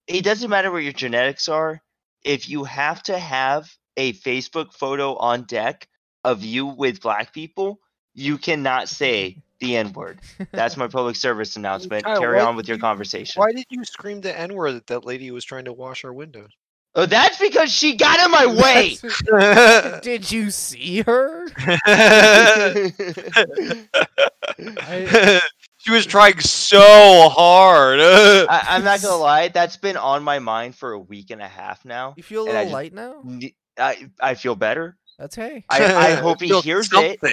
S3: it doesn't matter what your genetics are. If you have to have a Facebook photo on deck of you with black people, you cannot say the N word. That's my public service announcement.
S2: Kyle,
S3: Carry
S2: why
S3: on
S2: did
S3: with your
S2: you-
S3: conversation.
S2: Why did you scream the N word that that lady was trying to wash our windows?
S3: Oh, that's because she got in my way.
S4: That's- Did you see her? I-
S2: she was trying so hard.
S3: I, I'm not gonna lie, that's been on my mind for a week and a half now.
S4: You feel a
S3: And I
S4: little
S3: just- Mm.
S4: light now?
S3: N- I I feel better.
S4: That's hey.
S3: I, I hope he
S2: Feel
S3: hears it.
S2: something.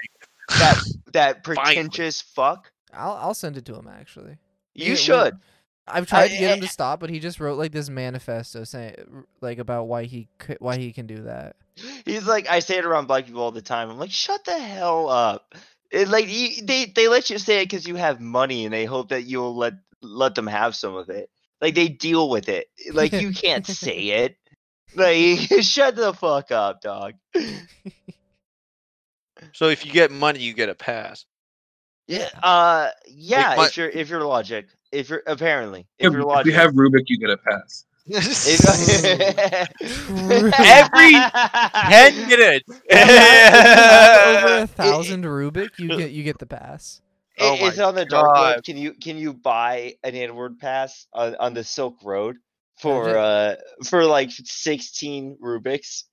S3: That that
S2: Finally.
S3: pretentious fuck.
S4: I'll I'll send it to him actually.
S3: You
S4: Yeah,
S3: should.
S4: when- I've tried to get
S3: I-
S4: him to stop, but he just wrote like this manifesto saying like about why he could, why he can do that.
S3: He's like, I say it around black people all the time. I'm like, shut the hell up. It, like you, they they let you say it because you have money, and they hope that you'll let let them have some of it. Like they deal with it. Like you can't say it. Like shut the fuck up, dog.
S2: So if you get money, you get a pass.
S3: Yeah. Uh, yeah.
S2: my-
S3: if you're if you're logic, if you're apparently if
S5: If
S3: you're
S5: we
S3: logic,
S5: have Rubik, you get a pass.
S3: Every
S2: Ten minutes.
S4: If you have
S2: Eh,
S4: over a thousand Rubik, you get you get the pass.
S2: Oh
S3: It-
S2: my
S3: it's on the dark
S2: God.
S3: web. Can you can you buy an N-word pass on, on the Silk Road for
S4: ju-
S3: uh for like sixteen Rubik's?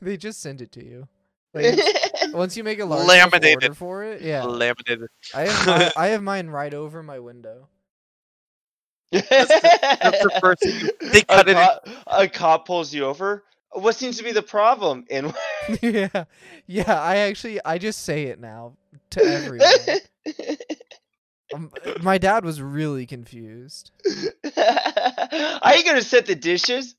S4: they just send it to you. Like, once you make a large enough
S2: Laminated.
S4: order for it, yeah.
S2: Laminated.
S4: I have my, I have mine right over my window.
S2: the- that's the first thing you- they cut
S3: a,
S2: it in-
S3: cop, a cop pulls you over. What seems to be the problem in
S4: yeah, yeah. I actually I just say it now to everyone. Um, my dad was really confused.
S3: Are you gonna set the dishes?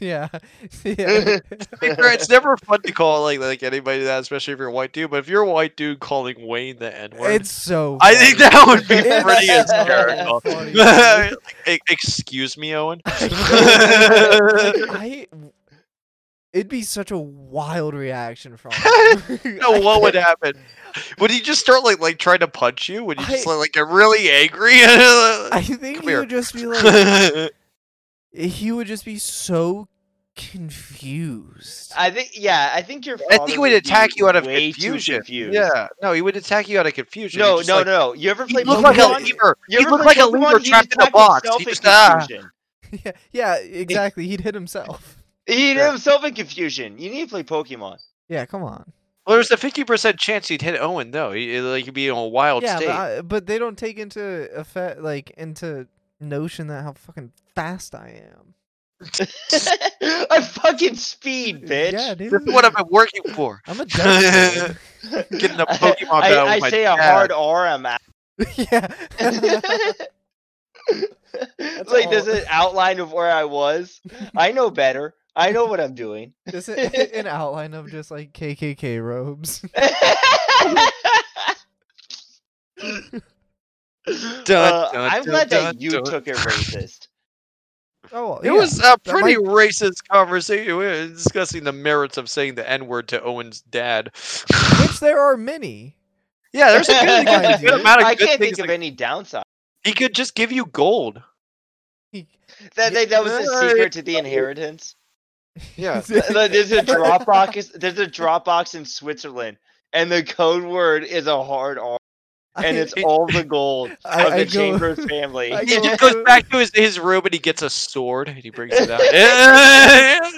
S4: yeah, yeah.
S2: To be fair, it's never fun to call like like anybody that, especially if you're a white dude. But if you're a white dude calling Wayne the N word,
S4: it's so.
S2: I think
S4: funny.
S2: that would be
S4: It's
S2: pretty
S4: so
S2: hysterical.
S4: funny,
S2: Like,
S4: dude.
S2: "E- Excuse me, Owen.
S4: Like, I. It'd be such a wild reaction from. him.
S2: no,
S4: I
S2: what would
S4: can't-
S2: happen? Would he just start like like trying to punch you? Would you just
S4: I-
S2: like get really angry?
S4: I think
S2: Come
S4: he
S2: here.
S4: would just be like, he would just be so confused.
S3: I think yeah, I think your.
S2: I
S3: father
S2: think he would
S3: be
S2: attack you out of
S3: way too
S2: confusion.
S3: confused.
S2: Yeah, no, he would attack you out of confusion.
S3: No,
S2: He'd just,
S3: no,
S2: like-
S3: no. You ever
S2: He
S3: play
S2: looked like
S3: Pokemon?
S2: a lever.
S3: You
S2: He
S3: ever
S2: looked
S3: play
S2: like a
S3: Pokemon?
S2: lever
S3: He'd
S2: trapped in a
S3: attack
S2: box.
S3: himself
S2: He
S3: in
S2: just ah.
S3: confusion.
S4: yeah, yeah, exactly. He'd hit himself.
S3: He did
S2: Yeah.
S3: himself in confusion. You need to play Pokemon.
S4: Yeah, come on.
S2: Well, there's a fifty percent chance he'd hit Owen though. He, uh, like he'd be in a wild
S4: yeah,
S2: state.
S4: but, I- but they don't take into effect, like into notion that how fucking fast I am.
S3: I fucking speed, bitch.
S4: Yeah,
S2: This
S4: dude.
S2: is what I've been working for.
S4: I'm a dude.
S2: Getting a
S3: I-
S2: Pokemon
S3: I,
S2: battle
S3: I,
S2: with my
S3: say a
S2: dad.
S3: hard R. I'm out.
S4: yeah.
S3: like there's
S4: all.
S3: an outline of where I was. I know better. I know what I'm doing.
S4: just a- an outline of just like KKK robes.
S3: Uh,
S2: dun,
S3: I'm
S2: dun,
S3: glad
S2: dun,
S3: that you
S2: dun.
S3: took it racist.
S4: Oh, well,
S2: It
S4: yeah.
S2: was a
S4: that
S2: pretty racist conversation. We were discussing the merits of saying the N word to Owen's dad.
S4: Which there are many.
S2: yeah, there's a good, there's a good
S4: Mind
S2: amount of
S3: I
S2: good
S3: can't
S2: things.
S3: think of
S2: like-
S3: any downside.
S2: he could just give you gold.
S3: That, that, that was the
S4: uh,
S2: Yeah.
S3: secret to the inheritance.
S2: Yeah.
S3: Like, there's a Dropbox. There's a Dropbox in Switzerland, and the code word is a hard R, and
S4: I-
S3: it's all the gold
S4: I-
S3: of
S4: I
S3: the
S4: go-
S3: Chambers family.
S4: I
S2: He
S4: go-
S2: just goes back to his, his room and he gets a sword and he brings it out.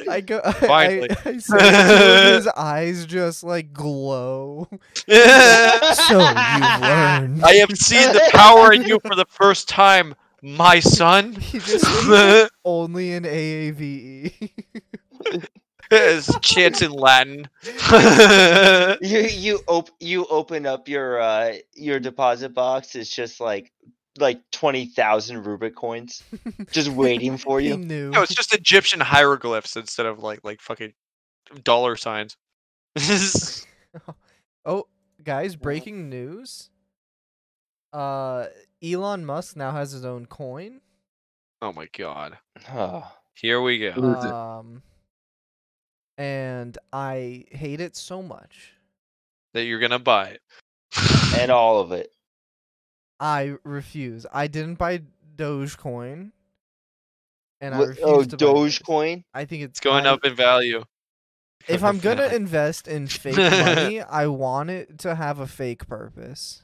S4: I go. I,
S2: Finally.
S4: I, I say it to him, his eyes just like glow. So you've learned.
S2: I have seen the power in you for the first time, my son.
S4: He just only in AAVE.
S2: His chants in Latin.
S3: you you op- you open up your uh your deposit box. It's just like like twenty thousand Rubik coins, just waiting for
S4: he
S3: you.
S4: knew.
S2: no, it's just Egyptian hieroglyphs instead of like like fucking dollar signs. Wait,
S4: Oh, guys, breaking news. Uh, Elon Musk now has his own coin.
S2: oh my god.
S3: Oh.
S2: Here we go.
S5: Who is it?
S4: Um, and I hate it so much.
S2: That you're gonna buy it.
S3: And all of it.
S4: I refuse. I didn't buy Dogecoin, and I
S3: What-
S4: refuse
S3: oh,
S4: to buy this.
S3: Dogecoin.
S4: I think it's
S2: It's going
S4: I-
S2: up in value.
S4: If I'm gonna invest in fake money, I want it to have a fake purpose.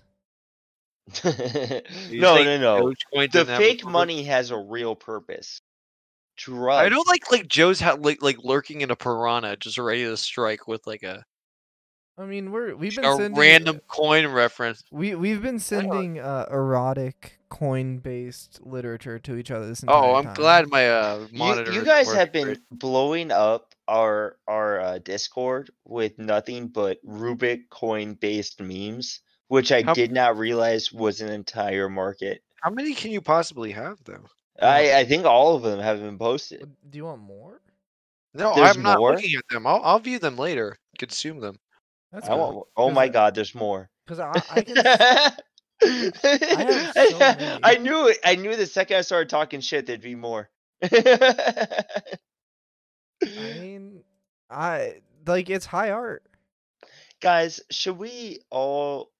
S3: no,
S2: You
S3: no,
S2: think
S3: no.
S2: Dogecoin
S3: The
S2: didn't have a
S3: fake
S2: purpose?
S3: money has a real purpose. Drugs.
S2: I don't like like Joe's ha- like like lurking in a piranha, just ready to strike with like a
S4: I mean, we're we've been
S2: a
S4: sending
S2: random coin reference.
S4: we we've been sending uh, erotic coin based literature to each other. This entire
S2: Oh, I'm
S4: time.
S2: glad my uh,
S3: You-
S2: monitor.
S3: You,
S2: is
S3: guys
S2: working
S3: have been
S2: great.
S3: blowing up our our uh, Discord with nothing but Rubik coin based memes, which I
S2: How-
S3: did not realize was an entire market.
S2: How many can you possibly have though?
S3: I, I think all of them have been posted.
S4: Do you want more?
S2: No,
S3: There's
S2: I'm not
S3: more?
S2: looking at them. I'll I'll view them later. Consume them.
S4: That's
S3: I want, oh
S4: Is
S3: my
S4: it-
S3: god, there's more.
S4: because I, I can. s-
S3: I,
S4: have so many.
S3: I knew it. I knew the second I started talking shit, there'd be more.
S4: I mean, I like it's high art.
S3: guys should we all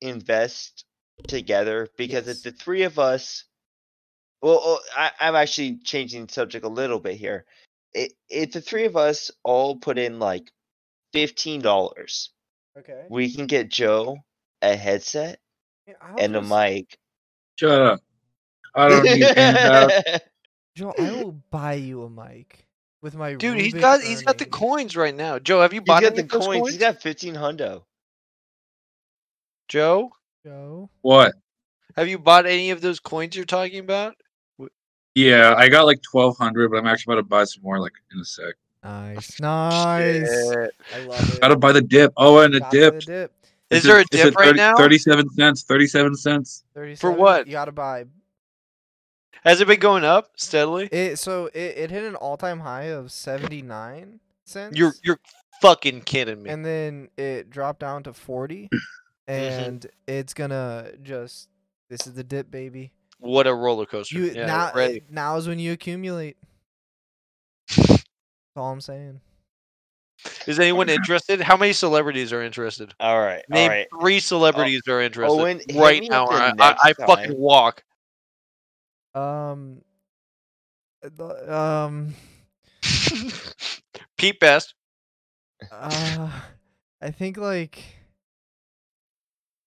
S3: invest together because
S4: Yes.
S3: if the three of us well oh, I, i'm actually changing the subject a little bit here I- if the three of us all put in like $15
S4: Okay.
S3: we can get joe a headset
S2: Oh,
S3: and a mic
S5: Shut up. I don't need handouts.
S4: Joe, I will buy you a mic with my
S2: Dude, he's
S4: Rubik
S2: got he's got the
S4: earnings.
S2: coins right now. Joe, have you
S3: he's
S2: bought
S3: got
S2: any
S3: the
S2: of those
S3: coins.
S2: coins?
S3: he's got 15 hundo
S2: Joe,
S4: Joe.
S5: What?
S2: have you bought any of those coins you're talking about?
S5: Yeah, I got like twelve hundred, but I'm actually about to buy some more like in a sec.
S4: Nice, nice.
S2: Shit.
S4: I love it.
S5: Gotta buy the dip. Oh, and a
S4: Gotta
S5: dip.
S4: the dip.
S2: Is
S5: It's
S2: there a
S5: it's
S2: dip right
S5: 30
S2: now?
S5: Thirty-seven cents. Thirty-seven cents.
S4: 37,
S2: what?
S4: You gotta buy.
S2: Has it been going up steadily?
S4: It so it, it hit an all time high of seventy nine cents.
S2: You're you're fucking kidding me.
S4: and then it dropped down to forty,
S2: Mm-hmm.
S4: and it's gonna just this is the dip, baby.
S2: What a roller coaster.
S4: You
S2: yeah,
S4: now
S2: ready.
S4: now is when you accumulate. That's all I'm saying.
S2: Is anyone interested? How many celebrities are interested?
S3: All right.
S2: Name
S3: all right. Oh,
S2: three celebrities that are interested
S3: Owen, hit
S2: right
S3: me
S2: now.
S3: with
S2: or
S3: the
S2: I, I, I
S3: next
S2: fucking
S3: time.
S2: walk.
S4: Um, uh, the- um,
S2: Pete Best.
S4: uh, I think like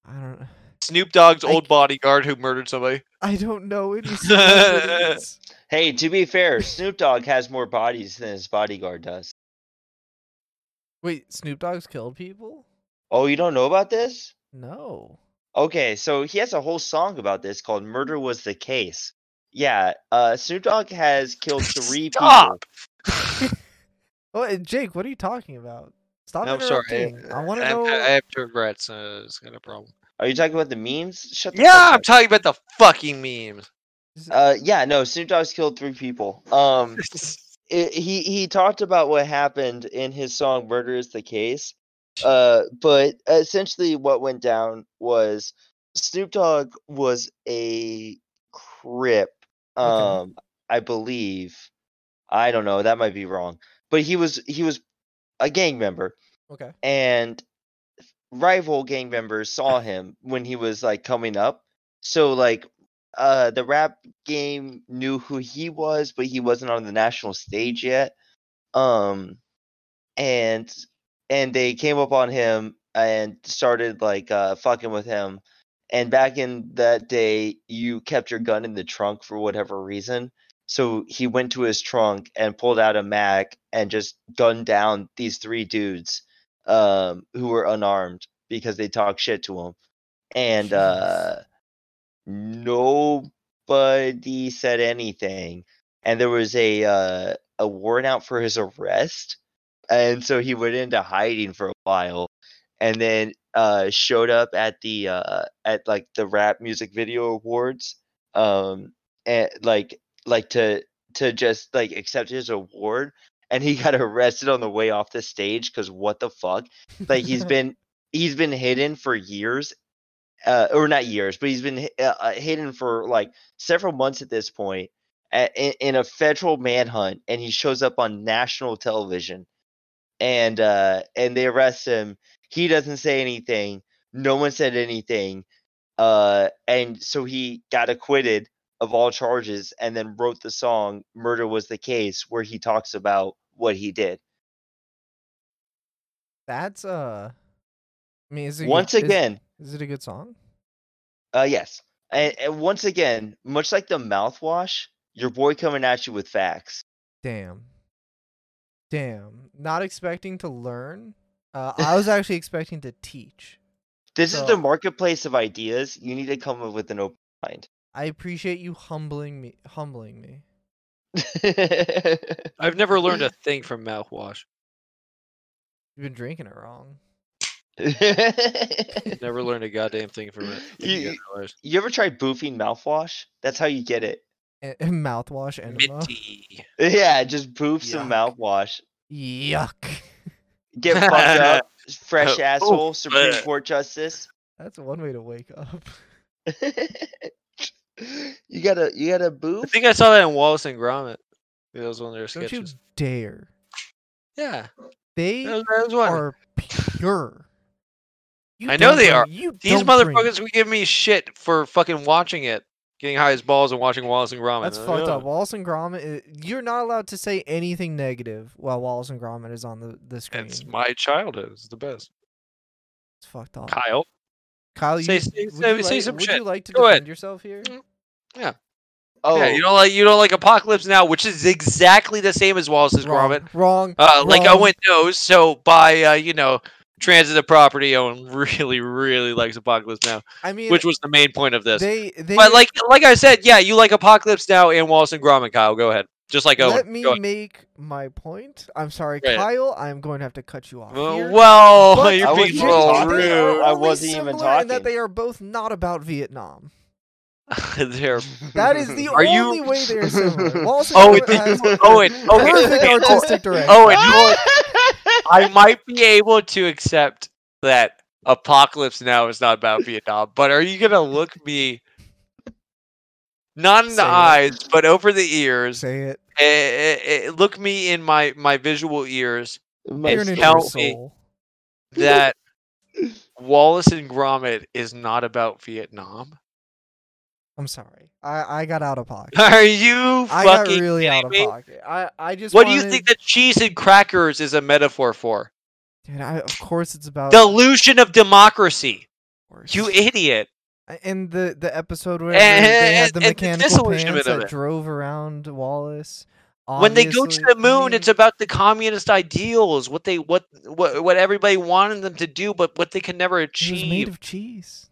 S4: I don't
S2: Snoop Dogg's
S4: I
S2: old
S4: c-
S2: bodyguard who murdered somebody.
S4: I don't know any celebrities.
S3: Hey, to be fair, Snoop Dogg has more bodies than his bodyguard does.
S4: Wait, Snoop Dogg's killed people?
S3: Oh, you don't know about this?
S4: No.
S3: Okay, so he has a whole song about this called "Murder Was the Case." Yeah, uh, Snoop Dogg has killed three people.
S2: Stop!
S4: Oh, uh, Jake, what are you talking about? Stop
S2: I'm sorry.
S4: interrupting. I want to
S2: have,
S4: know.
S2: I have two regrets. Uh, it's got a problem.
S3: Are you talking about the memes? Shut the
S2: Yeah,
S3: fuck
S2: I'm
S3: up.
S2: talking about the fucking memes.
S3: uh, yeah, no, Snoop Dogg's killed three people. Um, it, he he talked about what happened in his song "Murder Is the Case," uh, but essentially what went down was Snoop Dogg was a crip, um,
S4: Okay.
S3: I believe. I don't know. That might be wrong, but he was he was a gang member,
S4: okay.
S3: and rival gang members saw him when he was like coming up. So like uh the rap game knew who he was, but he wasn't on the national stage yet. Um and and they came up on him and started like uh fucking with him. And back in that day, you kept your gun in the trunk for whatever reason. So he went to his trunk and pulled out a mag and just gunned down these three dudes um, who were unarmed because they talked shit to him. And
S4: Jeez.
S3: uh, nobody said anything. And there was a uh, a warrant out for his arrest. And so he went into hiding for a while and then uh, showed up at the uh, at like the rap music video awards um and like like to to just like accept his award and he got arrested on the way off the stage because what the fuck like he's been he's been hidden for years uh or not years but he's been hi- uh, uh, hidden for like several months at this point a- in, in a federal manhunt and he shows up on national television and uh and they arrest him he doesn't say anything no one said anything uh and so he got acquitted of all charges and then wrote the song murder was the case where he talks about what he did
S4: That's uh. I mean, is it a good-
S3: once
S4: is-
S3: again
S4: is it a good song?
S3: Uh, yes. And, and once again, much like the mouthwash, your boy coming at you with facts.
S4: Damn. Damn. Not expecting to learn. Uh, I was actually expecting to teach.
S3: This is the
S4: So-
S3: marketplace of ideas. You need to come up with an open mind.
S4: I appreciate you humbling me. Humbling me.
S2: I've never learned a thing from mouthwash.
S4: You've been drinking it wrong.
S2: Never learned a goddamn thing from it.
S3: You-
S2: You
S3: you- you ever tried boofing mouthwash? That's how you get it.
S4: And, and mouthwash enema.
S2: Minty.
S3: Yeah, just boof some
S4: Yuck.
S3: mouthwash.
S4: Yuck.
S3: Get fucked up, fresh
S2: Oh,
S3: asshole, Supreme
S2: bleh.
S3: Court justice.
S4: That's one way to wake up.
S3: you gotta, you gotta
S2: I
S3: boof.
S2: think I saw that in Wallace and Gromit. That was one of their
S4: Don't you
S2: sketches.
S4: dare.
S2: Yeah,
S4: They
S2: that was, that was one.
S4: are pure. You
S2: I know
S4: don't
S2: they
S4: drink-
S2: are.
S4: You
S2: These
S4: don't drink.
S2: motherfuckers would give me shit for fucking watching it, getting high as balls and watching Wallace and Gromit.
S4: That's
S2: Uh,
S4: fucked
S2: yeah.
S4: up. Wallace and Gromit. i- You're not allowed to say anything negative while Wallace and Gromit is on the, the screen.
S2: It's my childhood. It's the best.
S4: It's fucked up.
S2: Kyle.
S4: Kyle, you,
S2: Say- say-
S4: would,
S2: say-
S4: you
S2: say
S4: like,
S2: some
S4: would
S2: shit.
S4: you like to
S2: Go
S4: defend
S2: ahead.
S4: yourself here?
S3: Oh,
S2: Yeah, you don't like you don't like Apocalypse Now, which is exactly the same as Wallace's
S4: wrong,
S2: Gromit.
S4: Wrong.
S2: Uh, like
S4: wrong.
S2: Owen knows, so by uh, you know transitive property, Owen really really likes Apocalypse Now,
S4: I mean,
S2: which was the main point of this.
S4: they, they,
S2: But like like I said, yeah, you like Apocalypse Now and Wallace and Gromit, Kyle. Go ahead. Just like Owen.
S4: Let me
S2: Go ahead.
S4: make my point. I'm sorry,
S2: Go ahead.
S4: Kyle. I'm going to have to cut you off.
S2: Well,
S4: here.
S2: well,
S4: But
S2: you're
S3: I
S2: being
S3: wasn't
S2: real
S3: talking.
S4: They are
S2: rude.
S3: I
S4: only
S3: wasn't even
S4: similar in that
S3: talking.
S4: they are both not about Vietnam.
S2: They're
S4: That is the
S2: Are you-
S4: only way they are similar. Walsh
S2: Oh, it- Oh,
S4: has
S2: Owen. Okay.
S4: perfect
S2: okay, Oh, Owen,
S4: artistic direction.
S2: Owen, Owen, I might be able to accept that Apocalypse Now is not about Vietnam, but are you gonna look me not in
S4: Say
S2: the
S4: it.
S2: eyes, but over the ears?
S4: Say it.
S2: eh, eh, eh, look me in my my visual ears
S3: My
S4: You're
S2: It's
S4: an
S3: soul.
S2: tell
S4: inner
S2: me-
S4: soul.
S2: that Wallace and Gromit is not about Vietnam.
S4: I'm sorry. I, I got out of pocket.
S2: Are you
S4: I got
S2: fucking?
S4: really out of
S2: kidding me?
S4: pocket. I, I just
S2: What do
S4: wanted,
S2: you think that cheese and crackers is a metaphor for?
S4: Dude, I, of course it's about
S2: Delusion of democracy.
S4: horse.
S2: You idiot.
S4: in the the episode where they
S2: And-
S4: they had
S2: and-
S4: the
S2: and the
S4: mechanical
S2: disillusionment
S4: pants
S2: of
S4: that
S2: it.
S4: drove around Wallace.
S2: when they go to
S4: obviously-
S2: the
S4: I
S2: moon, it's
S4: mean,
S2: about the communist ideals, what they what what what everybody wanted them to do, but what they can never
S4: it was made
S2: achieve.
S4: of cheese.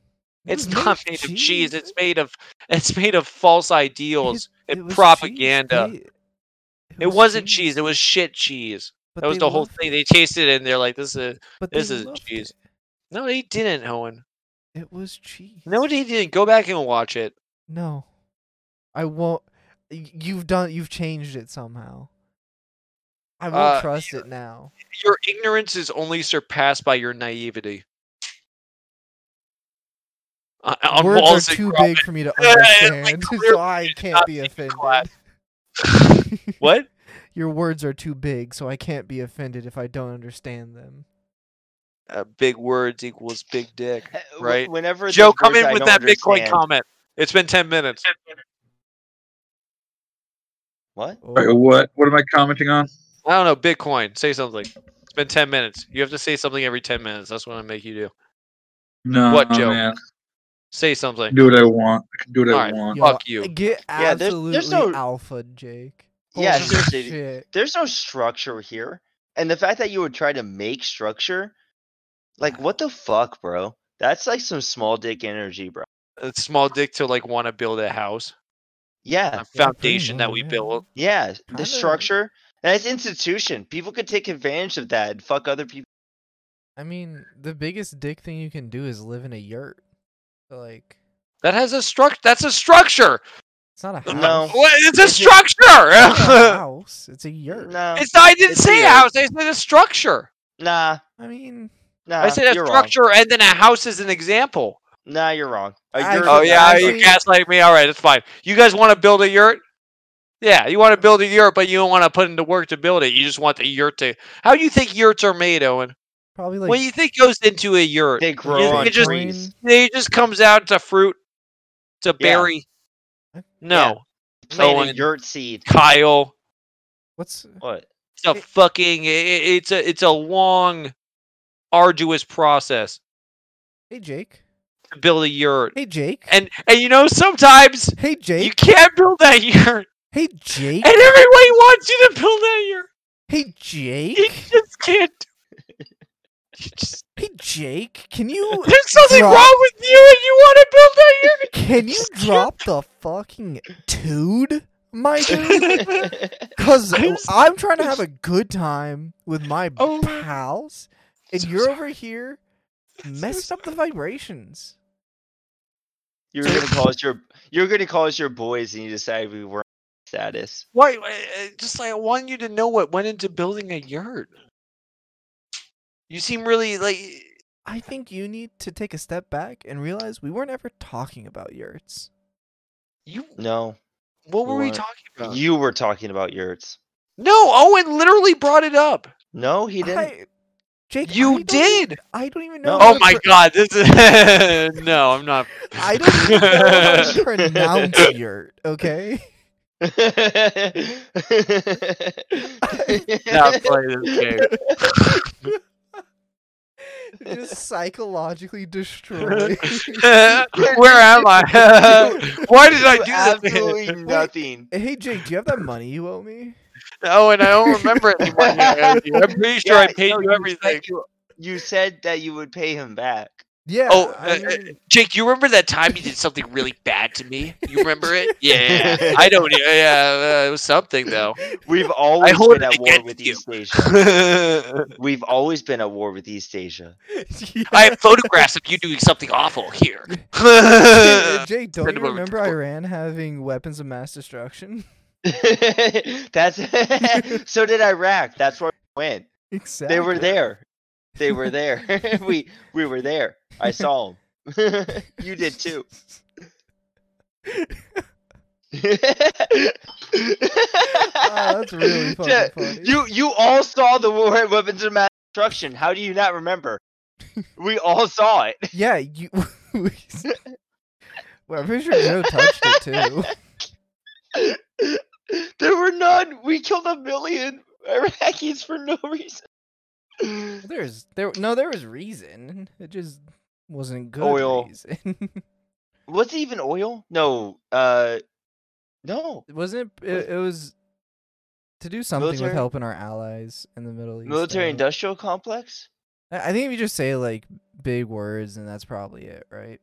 S4: It
S2: It's
S4: was
S2: not made of cheese. It's made of it's made of false ideals
S4: It- it
S2: and
S4: was cheese.
S2: propaganda.
S4: They-
S2: It wasn't cheese. It was shit cheese.
S4: But
S2: that was
S4: they
S2: the whole
S4: loved
S2: thing.
S4: it.
S2: They tasted it and they're like, "This is
S4: But
S2: this
S4: they
S2: is
S4: loved
S2: cheese.
S4: it.
S2: no, they didn't, Owen.
S4: It was cheese.
S2: No, they didn't. Go back and watch it.
S4: No, I won't. y- You've done. You've changed it somehow. I won't
S2: Uh,
S4: trust it now.
S2: Your ignorance is only surpassed by your naivety." Uh, on
S4: Words
S2: Wallace
S4: are
S2: and
S4: too
S2: Gromit.
S4: big for me to
S2: Yeah, it's like
S4: understand,
S2: clearly
S4: so I
S2: did
S4: can't
S2: not
S4: be
S2: take
S4: offended.
S2: class. What?
S4: Your words are too big, so I can't be offended if I don't understand them.
S2: uh, big words equals big dick.
S3: Uh, wh-
S2: right?
S3: Whenever there's
S2: Joe, come
S3: words
S2: in
S3: I
S2: with
S3: don't
S2: that Bitcoin
S3: understand-
S2: comment. It's been 10 minutes.
S3: What?
S5: Sorry,
S4: Oh,
S5: what? What am I commenting on?
S2: I don't know, Bitcoin. Say something. It's been 10 minutes. You have to say something every 10 minutes. That's what I make you do.
S5: No,
S2: What, Joe?
S5: man.
S2: Say
S5: I
S2: something.
S5: can do what I want. I can do what
S2: All
S5: I
S2: right.
S5: want.
S4: Yo,
S2: Fuck you.
S4: Get
S3: Yeah, there's-
S4: absolutely
S3: there's no-
S4: alpha, Jake.
S3: Yeah,
S4: Holy
S3: seriously.
S4: shit.
S3: There's no structure here, and the fact that you would try to make structure, like what the fuck, bro? That's like some small dick energy, bro.
S2: A small dick to like want to build a house,
S3: Yeah,
S2: a
S4: Yeah, pretty
S2: foundation that
S4: much,
S2: we
S4: yeah.
S2: build.
S3: yeah.
S4: Kinda.
S3: The structure, and it's institution. People could take advantage of that and fuck other people.
S4: I mean, the biggest dick thing you can do is live in a yurt. So, Like,
S2: That has a structure. That's a structure.
S4: it's not a house.
S3: No.
S2: What? It's a
S3: It's
S4: It's
S3: a-
S4: not a
S2: structure.
S4: house. It's a yurt.
S3: No,
S2: it's not, I didn't
S3: It's
S2: say
S3: a-
S2: a house. I said a structure.
S3: nah,
S4: I mean,
S3: nah.
S2: I said a
S3: Uh, you're
S2: structure and then a house is an example.
S3: Wrong. Nah, you're wrong. A
S4: I-
S3: yurt-
S2: Oh
S4: But
S2: yeah,
S4: I
S2: you're
S4: think-
S2: gaslighting me. All right, it's fine. You guys want to build a yurt? Yeah, you want to build a yurt, but you don't want to put in the work to build it. You just want the yurt to. How do you think yurts are made, Owen?
S4: probably
S2: What
S4: like.
S2: do you think goes into a yurt?
S3: They grow
S2: think
S3: on
S2: it just-
S3: trees.
S2: It just comes out to fruit, to berry.
S4: Yeah.
S2: No,
S3: Plant a
S2: Owen.
S3: yurt seed.
S2: Kyle,
S4: What's
S3: What?
S2: it's a
S4: It-
S2: fucking. i- i- It's a. It's a long, arduous process
S4: hey Jake?
S2: to build a yurt,
S4: Hey Jake.
S2: and and you know sometimes
S4: hey
S2: you
S4: Jake.
S2: can't build that yurt,
S4: Hey Jake.
S2: and everybody wants you to build that yurt.
S4: Hey
S2: You
S4: Jake.
S2: just can't. do- You just-
S4: Hey Jake. Can you
S2: There's something
S4: Drop.
S2: wrong with you, and you want to build that unit.
S4: can you
S2: just can't-
S4: drop the fucking dude, my dude?
S3: That's
S4: Cause
S2: I'm
S4: I'm,
S2: s-
S4: trying to have a good time with my
S2: Oh.
S4: pals, and
S2: So
S4: you're
S2: sorry.
S4: over here
S2: so
S4: messing up the vibrations.
S3: You were gonna call us your you were gonna call us your boys and you decided we weren't status.
S2: Why? uh, Just like I want you to know what went into building a yurt. You seem really like.
S4: I think you need to take a step back and realize we weren't ever talking about yurts.
S2: You.
S3: No.
S2: What were we
S3: What?
S2: talking about?
S3: You were talking about yurts.
S2: No, Owen literally brought it up.
S3: No, he didn't.
S4: I- Jake, I
S2: You
S4: don't
S2: did.
S4: even- I don't even know.
S3: No.
S4: how
S2: Oh
S4: to
S2: my
S4: pro-
S2: god, this is. no, I'm not.
S4: I don't even know how to pronounce yurt. Okay.
S2: not play this game.
S4: Just psychologically destroyed.
S2: Where am I? Why did I do that?
S3: absolutely nothing.
S4: hey Jake, do you have that money you owe me?
S2: Oh, and I don't remember anymore. I'm pretty sure I paid
S3: Yeah, no,
S2: you
S3: said
S2: everything.
S3: You, you said that you would pay him back.
S4: Yeah.
S2: Oh,
S4: I
S2: uh, uh,
S4: mean-
S2: Jake, you remember that time you did something really bad to me? You remember it? Yeah. I don't. Yeah, uh, it was something though.
S3: We've always
S2: hold
S3: been
S2: it
S3: at war
S2: against
S3: with
S2: you.
S3: East Asia. We've always been at war with East Asia.
S4: Yeah.
S2: I uh, have photographs of you doing something awful here.
S4: Jay, uh, Jay, don't you
S2: Incredible
S4: remember
S2: report.
S4: Iran having weapons of mass destruction?
S3: That's so did Iraq. That's where we went.
S4: Exactly.
S3: They were there. They were there. we we were there. I saw them. you did too.
S4: Oh, that's really fucking
S3: Yeah,
S4: funny.
S3: You you all saw the war at weapons of mass destruction. How do you not remember? we all saw it.
S4: Yeah, you. well, I'm pretty sure Joe touched it too.
S3: There were none. We killed a million Iraqis for no reason.
S4: There's there no there was reason. It just wasn't good
S3: Oil.
S4: reason.
S3: Was it even oil? No. Uh, no.
S4: wasn't it, it? It was to do something
S3: Military-
S4: with helping our allies in the Middle East.
S3: Military
S4: though.
S3: industrial complex.
S4: I I think if you just say like big words, and that's probably it, right?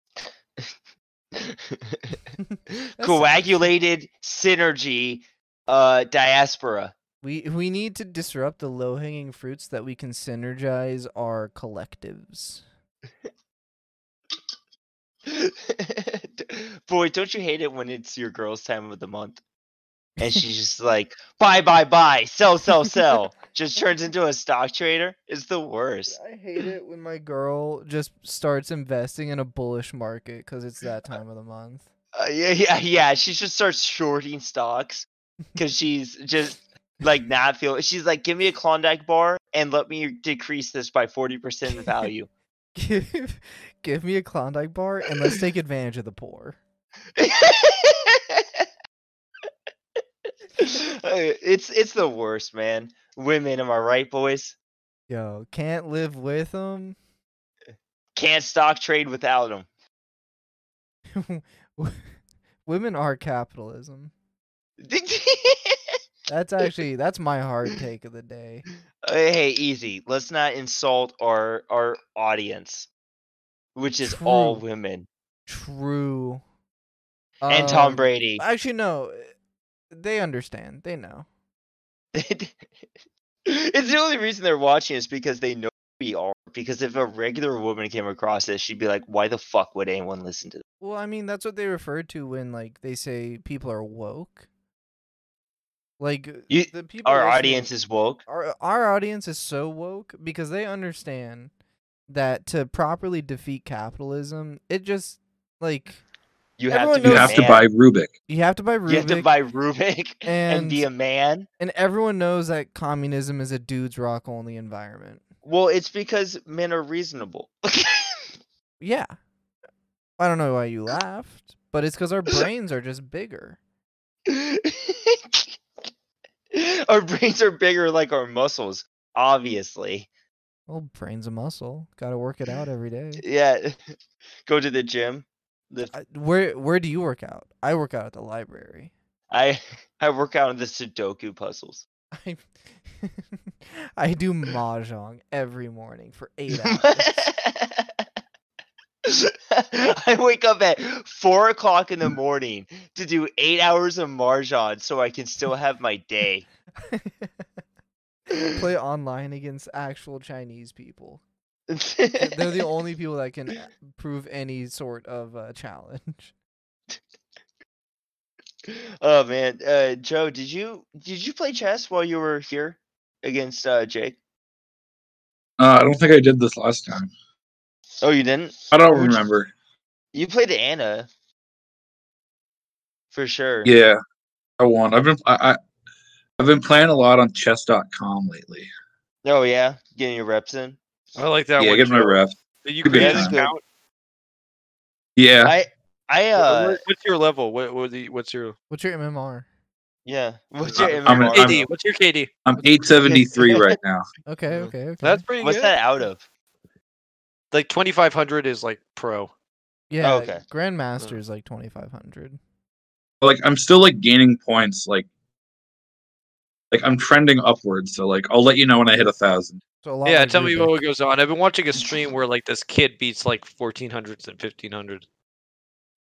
S4: That's-
S3: Coagulated synergy. Uh, diaspora.
S4: We we need to disrupt the low hanging fruits that we can synergize our collectives.
S3: Boy, don't you hate it when it's your girl's time of the month and she's just like, buy, buy, buy, sell, sell, sell. just turns into a stock trader. It's the worst.
S4: I hate it when my girl just starts investing in a bullish market because it's that time of the month.
S3: Uh, yeah, yeah, yeah. She just starts shorting stocks because she's just like not feeling. She's like, give me a Klondike bar and let me decrease this by forty percent in value.
S4: Give give me a Klondike bar and let's take advantage of the poor.
S3: Uh, Uh, it's it's the worst, man. Women, am I right, boys?
S4: Yo, can't live with them.
S3: Can't stock trade without them.
S4: Women are capitalism. That's actually that's my hard take of the day.
S3: Uh, hey, easy. Let's not insult our our audience, which is all
S4: True.
S3: women
S4: True.
S3: and Tom
S4: Um,
S3: Brady.
S4: Actually, no. They understand. They know.
S3: it's the only reason they're watching is because they know we are. Because if a regular woman came across this, she'd be like, "Why the fuck would anyone listen to this?"
S4: Well, I mean, that's what they refer to when like they say people are woke. Like
S3: You-
S4: the people
S3: Our
S4: listening-
S3: audience is woke.
S4: our our audience is so woke because they understand that to properly defeat capitalism, it just like
S3: You have to,
S4: Everyone
S3: be
S5: You
S3: a
S4: knows-
S5: have to
S3: man.
S5: buy Rubik.
S4: you have to buy Rubik,
S3: You have to buy Rubik and,
S4: and-
S3: be a man.
S4: and everyone knows that communism is a dude's rock only environment.
S3: Well, it's because men are reasonable.
S4: Yeah. I don't know why you laughed, but it's because our brains are just bigger.
S3: our brains are bigger like our muscles, obviously.
S4: Well, brain's a muscle. Gotta work it out every day.
S3: Yeah. Go to the gym. The
S4: I- Where where do you work out? I work out at the library.
S3: I I work out on the Sudoku puzzles.
S4: I I do mahjong every morning for eight hours.
S3: I wake up at four o'clock in the morning to do eight hours of Marjan so I can still have my day.
S4: Play online against actual Chinese people. They're- They're the only people that can prove any sort of uh, challenge.
S3: oh man. Uh Joe, did you did you play chess while you were here against uh Jake?
S5: Uh, I don't think I did this last time.
S3: Oh you didn't?
S5: I don't
S3: Would you-
S5: remember.
S3: You played Anna. For sure.
S5: Yeah, I won. I've been I, I I've been playing a lot on chess.com lately.
S3: Oh yeah. Getting your reps in.
S2: I like that
S5: yeah,
S2: one.
S5: get my
S2: Joe.
S5: ref.
S2: Did you
S5: Good
S2: create an
S3: time.
S2: account?
S5: Yeah,
S3: I I uh
S2: What- what's your level? What, what the, what's your
S4: What's your MMR?
S3: yeah. What's
S5: I-
S3: your
S5: I'm an-
S3: MMR?
S5: I'm-
S2: KD? what's your KD?
S5: I'm 873 right now.
S4: Okay,
S2: Mm.
S4: okay, okay.
S2: That's pretty
S3: What's
S2: good.
S3: that out of?
S2: Like twenty five hundred is like pro.
S4: yeah.
S3: oh, okay. Mm.
S4: Grandmaster is like twenty five hundred.
S5: Like I'm still like gaining points. Like like I'm trending upwards. So like I'll let you know when I hit a thousand.
S4: So a lot
S2: yeah,
S4: like
S2: tell me
S4: Rubik.
S2: what goes on. I've been watching a stream where like this kid beats like 1400s and 1500s.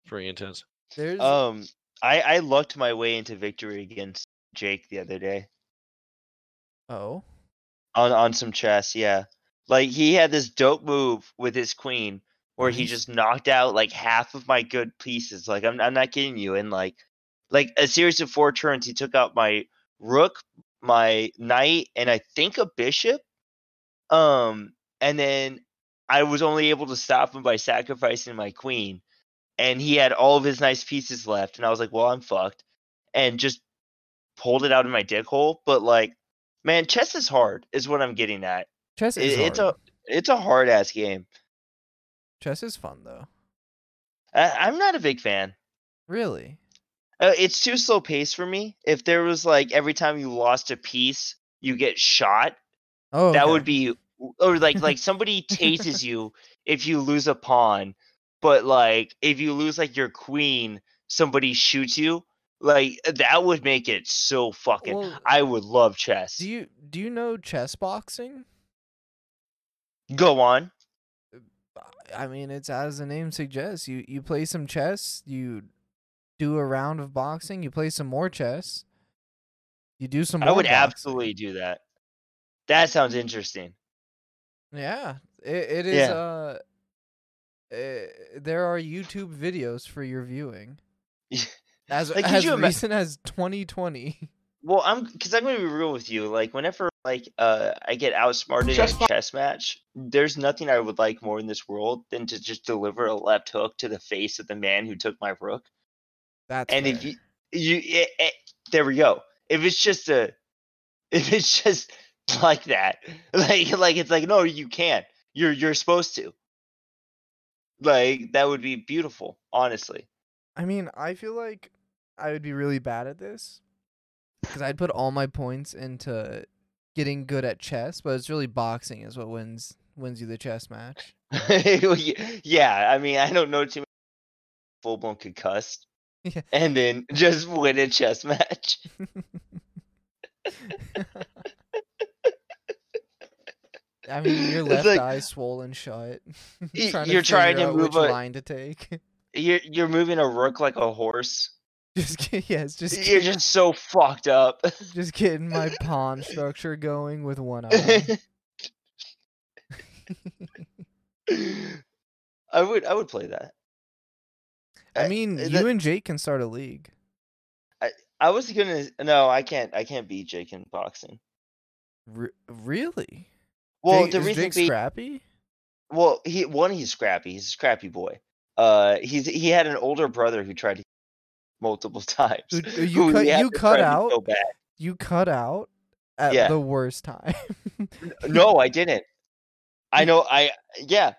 S2: Pretty intense.
S4: There's
S3: Um, I I lucked my way into victory against Jake the other day
S4: oh,
S3: on on some chess. Yeah, like he had this dope move with his queen where he
S4: Nice.
S3: just knocked out like half of my good pieces. Like I'm I'm not kidding you. And like like a series of four turns, he took out my rook, my knight, and I think a bishop. Um, and then I was only able to stop him by sacrificing my queen. And he had all of his nice pieces left, and I was like, "Well, I'm fucked," and just pulled it out of my dick hole. But like, man, chess is hard, is what I'm getting at.
S4: chess is
S3: It, it's a
S4: hard.
S3: it's a hard ass game.
S4: chess is fun though.
S3: I, I'm not a big fan.
S4: Really?
S3: Uh, it's too slow paced for me. If there was like every time you lost a piece, you get shot.
S4: Oh,
S3: That
S4: okay.
S3: would be or like like somebody tases you if you lose a pawn, but like if you lose like your queen, somebody shoots you. Like that would make it so fucking.
S4: Well,
S3: I would love chess.
S4: Do you do you know chess boxing?
S3: Go on.
S4: I mean, it's as the name suggests. You you play some chess, you do a round of boxing, you play some more chess, you do some.
S3: I
S4: more
S3: would
S4: boxing.
S3: absolutely do that. That sounds interesting.
S4: Yeah, it, it is.
S3: Yeah.
S4: Uh, eh, there are YouTube videos for your viewing.
S3: Yeah.
S4: As
S3: Like, could
S4: as
S3: you ima-
S4: recent as 2020.
S3: Well, I'm because I'm gonna be real with you. Like whenever like uh I get outsmarted in a chess match, there's nothing I would like more in this world than to just deliver a left hook to the face of the man who took my rook.
S4: That's
S3: and if
S4: fair.
S3: you you it, it, there we go. If it's just a if it's just like that, like like it's like no, you can't. You're you're supposed to. Like that would be beautiful, honestly.
S4: I mean, I feel like I would be really bad at this because I'd put all my points into getting good at chess, but it's really boxing is what wins wins you the chess match.
S3: Well, ye- yeah, I mean, I don't know too many full blown concussed,
S4: Yeah.
S3: and then just win a chess match.
S4: I mean, your
S3: It's
S4: left
S3: like-
S4: eye swollen shut.
S3: Y-
S4: trying
S3: you're
S4: to
S3: trying
S4: figure
S3: to
S4: out
S3: move
S4: which
S3: a-
S4: line to take.
S3: You're you're moving a rook like a horse.
S4: Just ki- yes, just
S3: You're
S4: ki-
S3: just so fucked up.
S4: just getting my pawn structure going with one eye.
S3: I would I would play that.
S4: I
S3: Uh,
S4: mean,
S3: uh,
S4: you
S3: that-
S4: and Jake can start a league.
S3: I was gonna no, I can't I can't beat Jake in boxing.
S4: Re- really?
S3: Well,
S4: Jake,
S3: the
S4: is
S3: reason
S4: Jake
S3: being,
S4: scrappy?
S3: well, he one he's scrappy. He's a scrappy boy. Uh, he's he had an older brother who tried to multiple times.
S4: Who- who you
S3: he
S4: cut-
S3: had
S4: you
S3: to
S4: cut
S3: try to
S4: out?
S3: go back.
S4: You cut out at
S3: Yeah.
S4: the worst time.
S3: No, I didn't. I know. I yeah,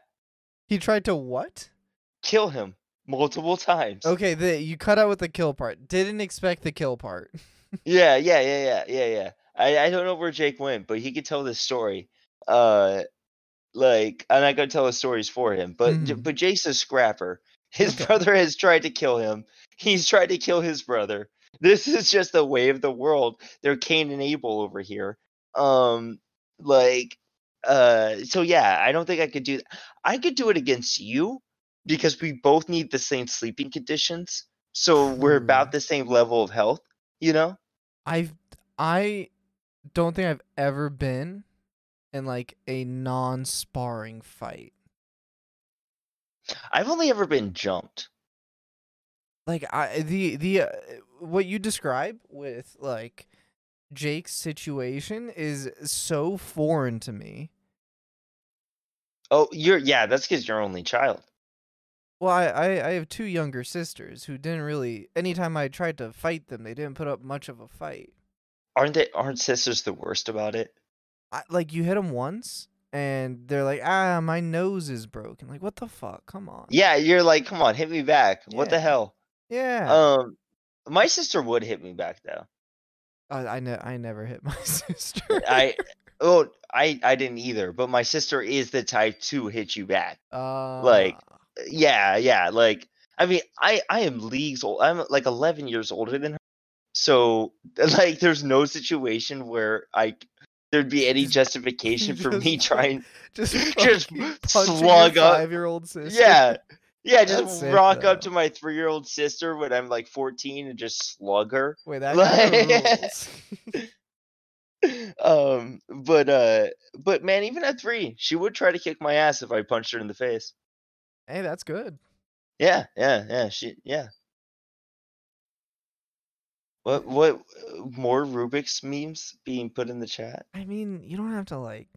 S4: he tried to what?
S3: kill him multiple times.
S4: Okay, the you cut out with the kill part. Didn't expect the kill part.
S3: Yeah, yeah, yeah, yeah, yeah, yeah. I, I don't know where Jake went, but he could tell this story. Uh, like I'm not gonna tell the stories for him, but J-
S4: Mhm.
S3: but Jake's a scrapper. His
S4: Okay.
S3: brother has tried to kill him. He's tried to kill his brother. This is just the way of the world. They're Cain and Abel over here. Um, like, uh, so yeah, I don't think I could do. I could do it against you because we both need the same sleeping conditions, so we're
S4: True.
S3: about the same level of health. You know.
S4: I've I don't think I've ever been in like a non sparring fight.
S3: I've only ever been jumped.
S4: Like I the the uh, what you describe with like Jake's situation is so foreign to me.
S3: Oh, you're yeah. That's because you're only child.
S4: Well, I, I, I have two younger sisters who didn't really. Anytime I tried to fight them, they didn't put up much of a fight.
S3: Aren't they? Aren't sisters the worst about it?
S4: I, like you hit them once, and they're like, "Ah, my nose is broken." Like, what the fuck? Come on.
S3: Yeah, you're like, come on, hit me back. What the
S4: Yeah.
S3: hell?
S4: Yeah.
S3: Um, my sister would hit me back though.
S4: I I, ne- I never hit my sister.
S3: I oh, I I didn't either. But my sister is the type to hit you back.
S4: uh,
S3: Yeah, yeah. Like I mean, I I am leagues old. I'm like 11 years older than her. So like, there's no situation where I there'd be any justification for me
S4: Just-
S3: trying.
S4: Just,
S3: Just
S4: fucking punching your
S3: slug up.
S4: five-year-old sister.
S3: Yeah, yeah.
S4: That's
S3: Just
S4: sick,
S3: rock up
S4: though.
S3: to my three-year-old sister when I'm like 14 and just slug her.
S4: Wait, that
S3: Like-
S4: kinda rules.
S3: um but uh but man even at three she would try to kick my ass if i punched her in the face
S4: Hey, that's good.
S3: yeah yeah yeah she yeah what what uh, more rubik's memes being put in the chat
S4: I mean, you don't have to like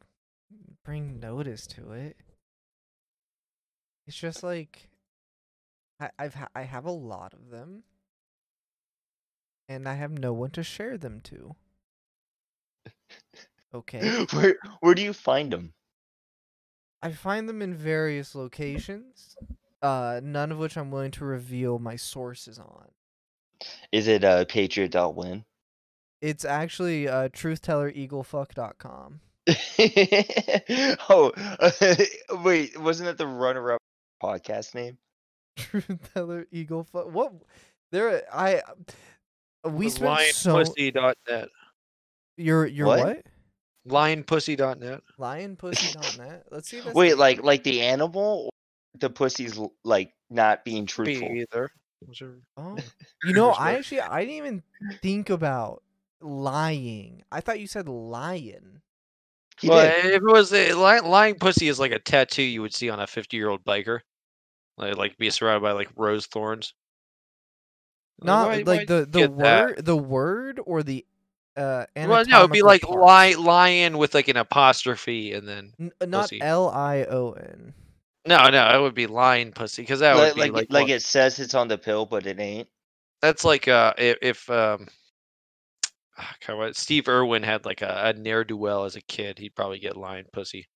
S4: bring notice to it. It's just like I, I've ha- I have a lot of them, and I have no one to share them to. Okay,
S3: where where do you find them
S4: I find them in various locations, uh, none of which I'm willing to reveal my sources on.
S3: is it uh patriot.win
S4: It's actually uh, truthtellereaglefuck.com.
S3: oh wait wasn't that the runner-up podcast name
S4: Truth teller eagle fu- what there I we
S2: was
S4: spent so
S2: lionpussy.net.
S4: your your
S3: What?
S4: what?
S2: Lionpussy.net.
S4: Lionpussy.net. Let's see if that's
S3: wait
S4: the-
S3: like like the animal or the pussy's l- like not being truthful
S2: Me either. Those are-
S4: oh. You know, I
S2: Respect.
S4: actually I didn't even think about lying. I thought you said lion.
S3: He
S2: well,
S3: did.
S2: if it was a lying, lying pussy is like a tattoo you would see on a fifty-year-old biker, like, like be surrounded by like rose thorns. Like,
S4: Not
S2: why-
S4: like
S2: why
S4: the the
S2: get that?
S4: word the word or the uh
S2: Well, no, it'd be
S4: anatomical
S2: like
S4: part?
S2: li- lion with like an apostrophe, and then
S4: N- uh, not
S2: pussy.
S4: L I O N.
S2: no, no, it would be lion pussy because that
S3: like
S2: would be
S3: like,
S2: like,
S3: like
S2: one-
S3: it says it's on the pill, but it ain't.
S2: that's like uh if, if um ah, God, what- Steve Irwin had like a, a ne'er do well as a kid, he'd probably get lion pussy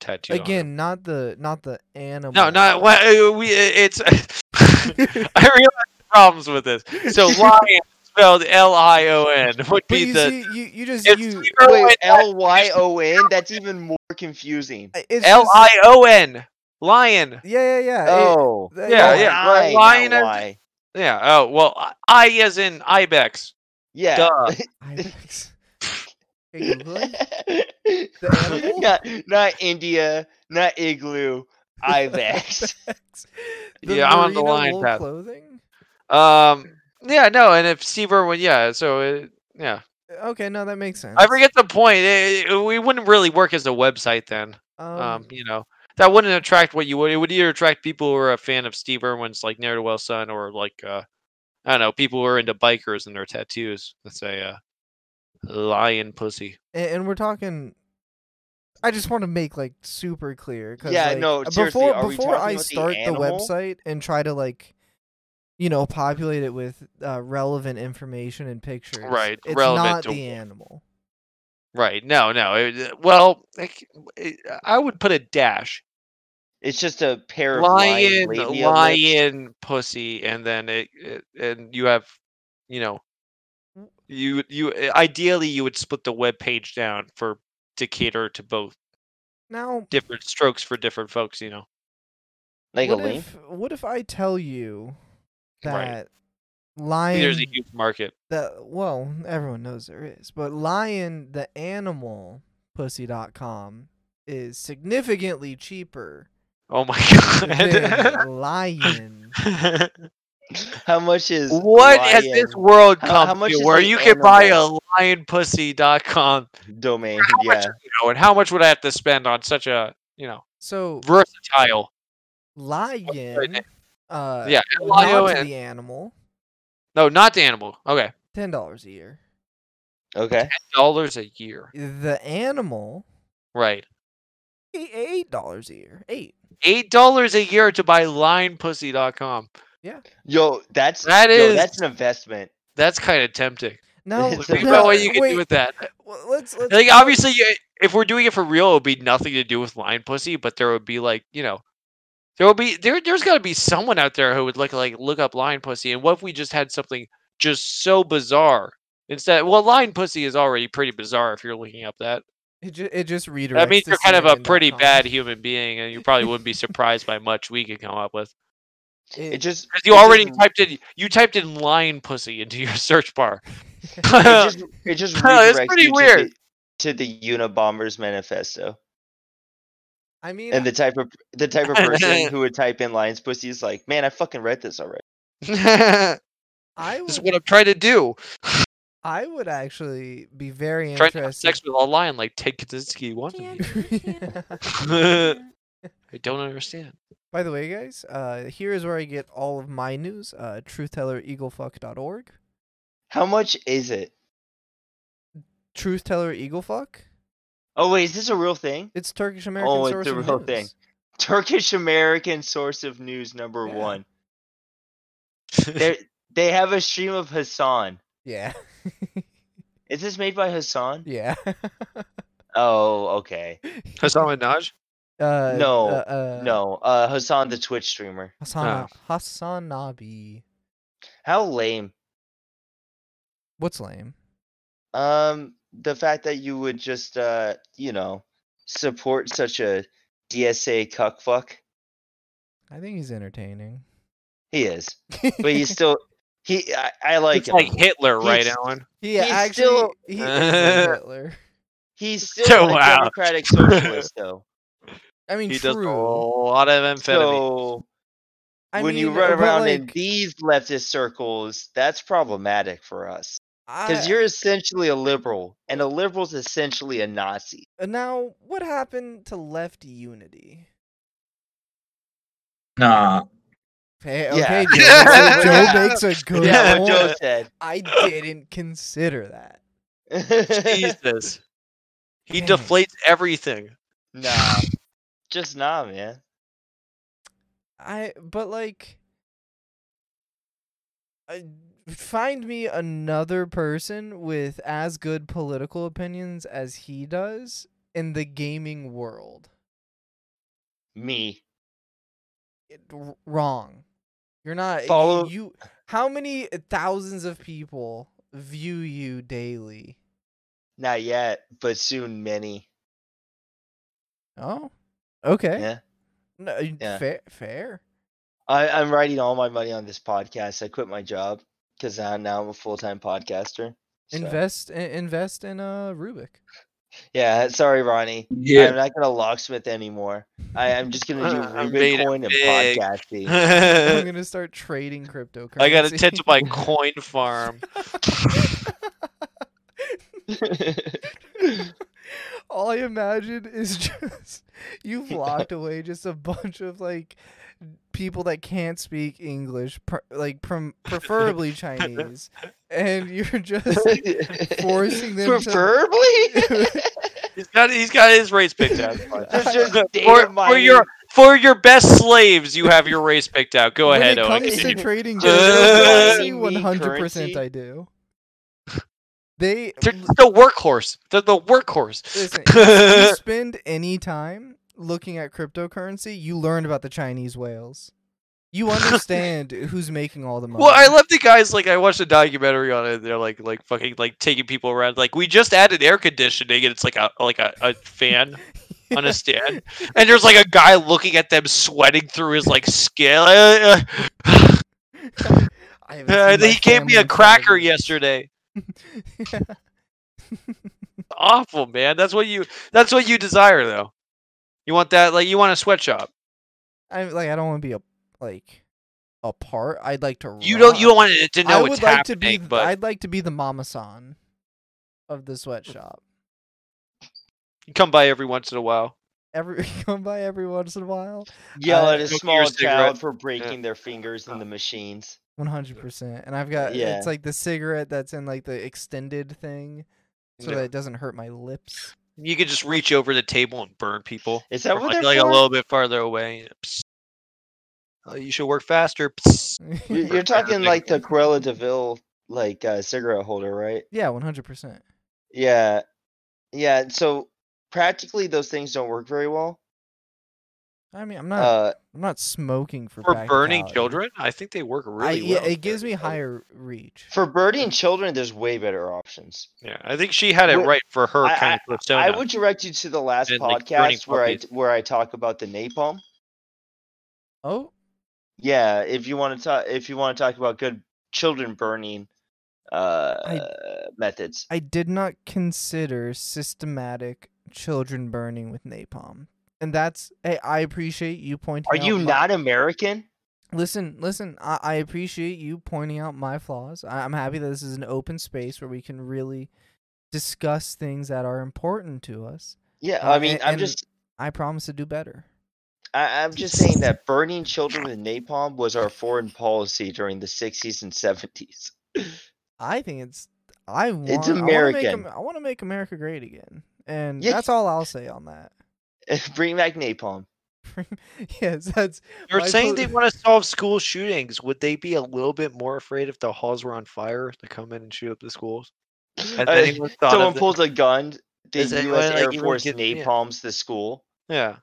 S2: tattooed on him.
S4: Again, not the not the animal.
S2: No, not well, we. uh, It's. I realize problems with this. So lion spelled L I O N would
S4: But
S2: be
S4: you
S2: the.
S4: see, you, you just
S2: if
S4: you
S2: Steve Irwin
S3: Wait,
S2: had
S3: L Y O N. That's even more confusing.
S4: I- it's
S2: L
S4: just-
S2: I O N lion.
S4: Yeah, yeah, yeah. it-
S3: Oh,
S4: th-
S2: Yeah,
S3: Oh,
S2: yeah,
S3: I, not
S2: lion and-
S3: why.
S2: Yeah. Oh well, I- I as in ibex.
S3: Yeah.
S2: Duh.
S4: Ibex. Hey, Googling? The animal?
S3: not, not India, not igloo, ibex.
S4: Ibex.
S2: Yeah, I'm on the
S4: merino
S2: lion
S4: wool
S2: path.
S4: Clothing?
S2: Um. Yeah. No. And if Steve Irwin, yeah. So it, yeah,
S4: Okay, no, that makes sense.
S2: I forget the point. It, it, we wouldn't really work as a website then.
S4: Um,
S2: um, you know, that wouldn't attract what you would. It would either attract people who are a fan of Steve Irwin's like Ne'er Do Well Son, or like uh, I don't know, people who are into bikers and their tattoos. Let's say uh, lion pussy.
S4: a- and, we're talking. I just want to make like super clear. 'cause,
S3: Yeah,
S4: like, uh,
S3: no, seriously,
S4: Before
S3: are we
S4: before
S3: talking
S4: I
S3: about the
S4: start the,
S3: animal?
S4: website and try to like, you know, populate it with uh, relevant information and pictures.
S2: Right,
S4: it's
S2: relevant
S4: not
S2: to-
S4: the animal.
S2: Right? No, no. it- uh, well, like, it- I would put a dash
S3: it's just a pair of
S2: lion,
S3: lion, labia lips.
S2: lion pussy, and then it, it and you have, you know, you you eh, ideally you would split the web page down for to cater to both
S4: Now,
S2: different strokes for different folks. You know.
S3: like
S4: what
S3: a link.
S4: if what if I tell you that
S2: Right.
S4: lion
S2: There's a huge market.
S4: the well, everyone knows there is, but lion the animal pussy.com is significantly cheaper
S2: Oh my
S4: than
S2: god.
S4: lion.
S3: How much is
S2: what has this
S3: lion
S2: world
S3: How- how
S2: come
S3: much
S2: to
S3: is
S2: where
S3: the
S2: you can buy a lionpussy.com
S3: domain?
S2: how
S3: Yeah,
S2: much you know, and how much would I have to spend on such a you know
S4: So
S2: versatile
S4: lion uh
S2: yeah
S4: not to
S2: L-I-O-N.
S4: the animal,
S2: no not the animal okay
S4: ten dollars a year.
S3: okay.
S2: dollars a year
S4: The animal
S2: right
S4: e- eight dollars a year. Eight.
S2: eight dollars a year to buy linepussy.com
S3: Yo, that's
S2: That
S3: yo,
S2: is-
S3: that's an investment.
S2: that's kind of tempting
S4: Now,
S3: It's
S2: think
S3: a-
S4: now,
S2: about what you could
S4: wait,
S2: do with that
S4: well, let's, let's
S2: like
S4: go-
S2: obviously you- if we're doing it for real it would be nothing to do with lion pussy but there would be like you know there will be there, there's got to be someone out there who would look like look up lion pussy and what if we just had something just so bizarre instead well lion pussy is already pretty bizarre if you're looking up that
S4: It, ju- it just redirects.
S2: that means
S4: to
S2: you're kind of a
S4: CNN.com.
S2: pretty bad human being and you probably wouldn't be surprised by much we could come up with
S4: It-
S3: It just
S2: 'Cause you
S3: it
S2: already
S3: just-
S2: typed in you typed in lion pussy into your search bar
S3: it just it just
S2: Oh, it's
S3: redirects
S2: pretty
S3: you to
S2: weird.
S3: the- to the Unabomber's manifesto.
S4: I mean,
S3: And the type of the type of person who would type in "lion's pussy" is like, man, I fucking read this already.
S2: this
S4: I
S2: is
S4: would,
S2: what I'm trying to do.
S4: I would actually be very
S2: Trying to have
S4: interested.
S2: sex with a lion like Ted Kaczynski wanted me. I don't understand.
S4: By the way, guys, uh, here is where I get all of my news. Uh, truthtellereaglefuck.org.
S3: How much is it?
S4: Truthtellereaglefuck.
S3: Oh wait, is this a real thing?
S4: It's Turkish American
S3: Oh, it's
S4: source
S3: a
S4: of
S3: real
S4: news.
S3: thing. Turkish American source of news number
S4: Yeah.
S3: one. They they have a stream of Hassan.
S4: Yeah.
S3: Is this made by Hassan?
S4: yeah.
S3: Oh, okay.
S2: Hassan Minaj?
S4: Uh,
S3: No,
S4: Uh, uh,
S3: No, Ah. uh, Hassan the Twitch streamer.
S4: Hassan Hassanabi.
S3: How lame.
S4: What's lame?
S3: Um, the fact that you would just uh, you know, support such a DSA cuckfuck.
S4: I think he's entertaining.
S3: He is, but he's still he. I, I like
S2: It's
S3: him.
S2: like uh, Hitler, right,
S3: He's-
S2: Alan?
S4: he
S3: he's
S4: actually
S3: still-
S4: he is like Hitler.
S3: He's still a
S2: Wow.
S3: democratic socialist, though.
S4: I mean,
S2: He does a
S4: true.
S2: lot of amphetamine.
S3: So
S4: I
S3: when you
S4: mean, uh,
S3: run
S4: but,
S3: around in
S4: like,
S3: these leftist circles, that's problematic for us because
S4: I-
S3: you're essentially a liberal, and a liberal's essentially a Nazi.
S4: uh, now what happened to left unity?
S5: Nah.
S4: Hey,
S3: Yeah.
S4: okay, Joe,
S2: Yeah.
S4: Joe makes a good
S3: yeah, what
S4: point.
S3: Joe said.
S4: I didn't consider that.
S2: Jesus. He
S4: Dang.
S2: deflates everything.
S3: nah, just nah, man.
S4: I but like I, find me another person with as good political opinions as he does in the gaming world.
S3: Me.
S4: It- r- wrong. You're not
S3: Follow-
S4: you how many thousands of people view you daily?
S3: Not yet, but soon many.
S4: Oh. Okay.
S3: Yeah.
S4: No, uh, y-
S3: Yeah.
S4: fair fair.
S3: I, I'm writing all my money on this podcast. I quit my job because now, now I'm a full time podcaster. So,
S4: Invest in, invest in uh Rubik.
S3: Yeah, sorry, Ronnie. I'm
S5: Yeah.
S3: not gonna locksmith anymore. I, I'm just gonna do
S2: I made it
S3: Rubicon and
S2: big.
S3: podcasting.
S4: I'm
S2: I
S4: going to start trading cryptocurrency.
S2: got a tent to my coin farm.
S4: All I imagine is just you've locked away just a bunch of like people that can't speak English, pr- like prom- preferably Chinese, and you're just forcing them to-
S3: Preferably,
S2: He's got he's got his race picked out.
S3: Just- just data
S2: for, for
S3: mining.
S2: your for your best slaves, you have your race picked out. Go
S4: when
S2: ahead,
S4: it
S2: Owen.
S4: comes to
S2: continue.
S4: trading
S2: Just
S4: cryptocurrency,
S3: mining me
S4: 100%
S3: currency?
S4: I do. They
S2: They're the workhorse. They're the workhorse.
S4: Listen, if you spend any time looking at cryptocurrency, you learn about the Chinese whales. You understand who's making all the money.
S2: Well, I love the guys like I watched a documentary on it. and They're like like fucking like taking people around. Like we just added air conditioning, and it's like a like a, a fan on a stand, and there's like a guy looking at them sweating through his like skin. Uh, uh,
S4: I haven't
S2: uh,
S4: seen my
S2: he gave me
S4: family
S2: a
S4: in five
S2: cracker
S4: years.
S2: yesterday.
S4: Yeah.
S2: Awful man. That's what you that's what you desire though. You want that like you want a sweatshop.
S4: I like I don't want to be a like a part. I'd like to
S2: You don't you don't
S4: rock.
S2: want it to know
S4: Um, I
S2: what's
S4: would like to be
S2: happening,
S4: th-
S2: but
S4: I'd like to be the mama san of the sweatshop.
S2: you come by every once in a while.
S4: Every come by every once in a while.
S3: yell
S4: Uh,
S3: at a
S2: smoking your
S3: small
S2: cigarette.
S3: child for breaking their fingers in the machines.
S4: One hundred percent. And I've got
S3: Yeah.
S4: it's like the cigarette that's in like the extended thing, so
S2: Yeah.
S4: that it doesn't hurt my lips.
S2: You could just reach over the table and burn people.
S3: Is that
S2: from,
S3: what
S2: like,
S3: they're
S2: like a
S3: for?
S2: little bit farther away. and psst. Uh, you should work faster. psst.
S3: You- You're
S2: Burn down the
S3: talking
S2: big
S3: like the Cruella Deville like uh, cigarette holder, right?
S4: yeah, one hundred percent.
S3: Yeah, yeah. So practically, those things don't work very well.
S4: I mean, I'm not.
S3: Uh,
S4: I'm not smoking for
S2: For
S4: practicality.
S2: burning children, I think they work
S4: I,
S2: really
S4: yeah,
S2: well.
S4: it gives me higher reach.
S3: for birding children, there's way better options.
S2: Yeah, I think she had it
S3: Wh-
S2: right for her
S3: I-
S2: kind of persona.
S3: I would direct you to the last
S2: Oh, And, like, burning
S3: podcast where I
S2: puppies.
S3: where I talk about the napalm.
S4: Oh,
S3: Yeah, if you want to talk if you want to talk about good children burning uh methods.
S4: I did not consider systematic children burning with napalm. And that's hey, I appreciate you pointing
S3: Are
S4: out
S3: you
S4: my-
S3: not American?
S4: Listen, listen, I, I appreciate you pointing out my flaws. I, I'm happy that this is an open space where we can really discuss things that are important to us.
S3: Yeah,
S4: Uh,
S3: I mean,
S4: and-
S3: I'm
S4: and-
S3: just,
S4: I promise to do better.
S3: I, I'm just saying that burning children with napalm was our foreign policy during the 60s and 70s.
S4: I think it's I want I wanna make
S3: American.
S4: Am- I want to make America great again. And
S3: Yeah.
S4: that's all I'll say on that.
S3: Bring back napalm.
S4: yes, that's
S2: You're
S4: My
S2: saying
S4: po-
S2: they want to solve school shootings. Would they be a little bit more afraid if the halls were on fire to come in and shoot up the schools? Has
S3: Uh,
S2: anyone thought
S3: Someone
S2: of that?
S3: pulls a gun. The
S2: Is
S3: U.S.
S2: anyone, like,
S3: Air
S2: even
S3: Force
S2: get- yeah.
S3: napalms the school.
S2: Yeah,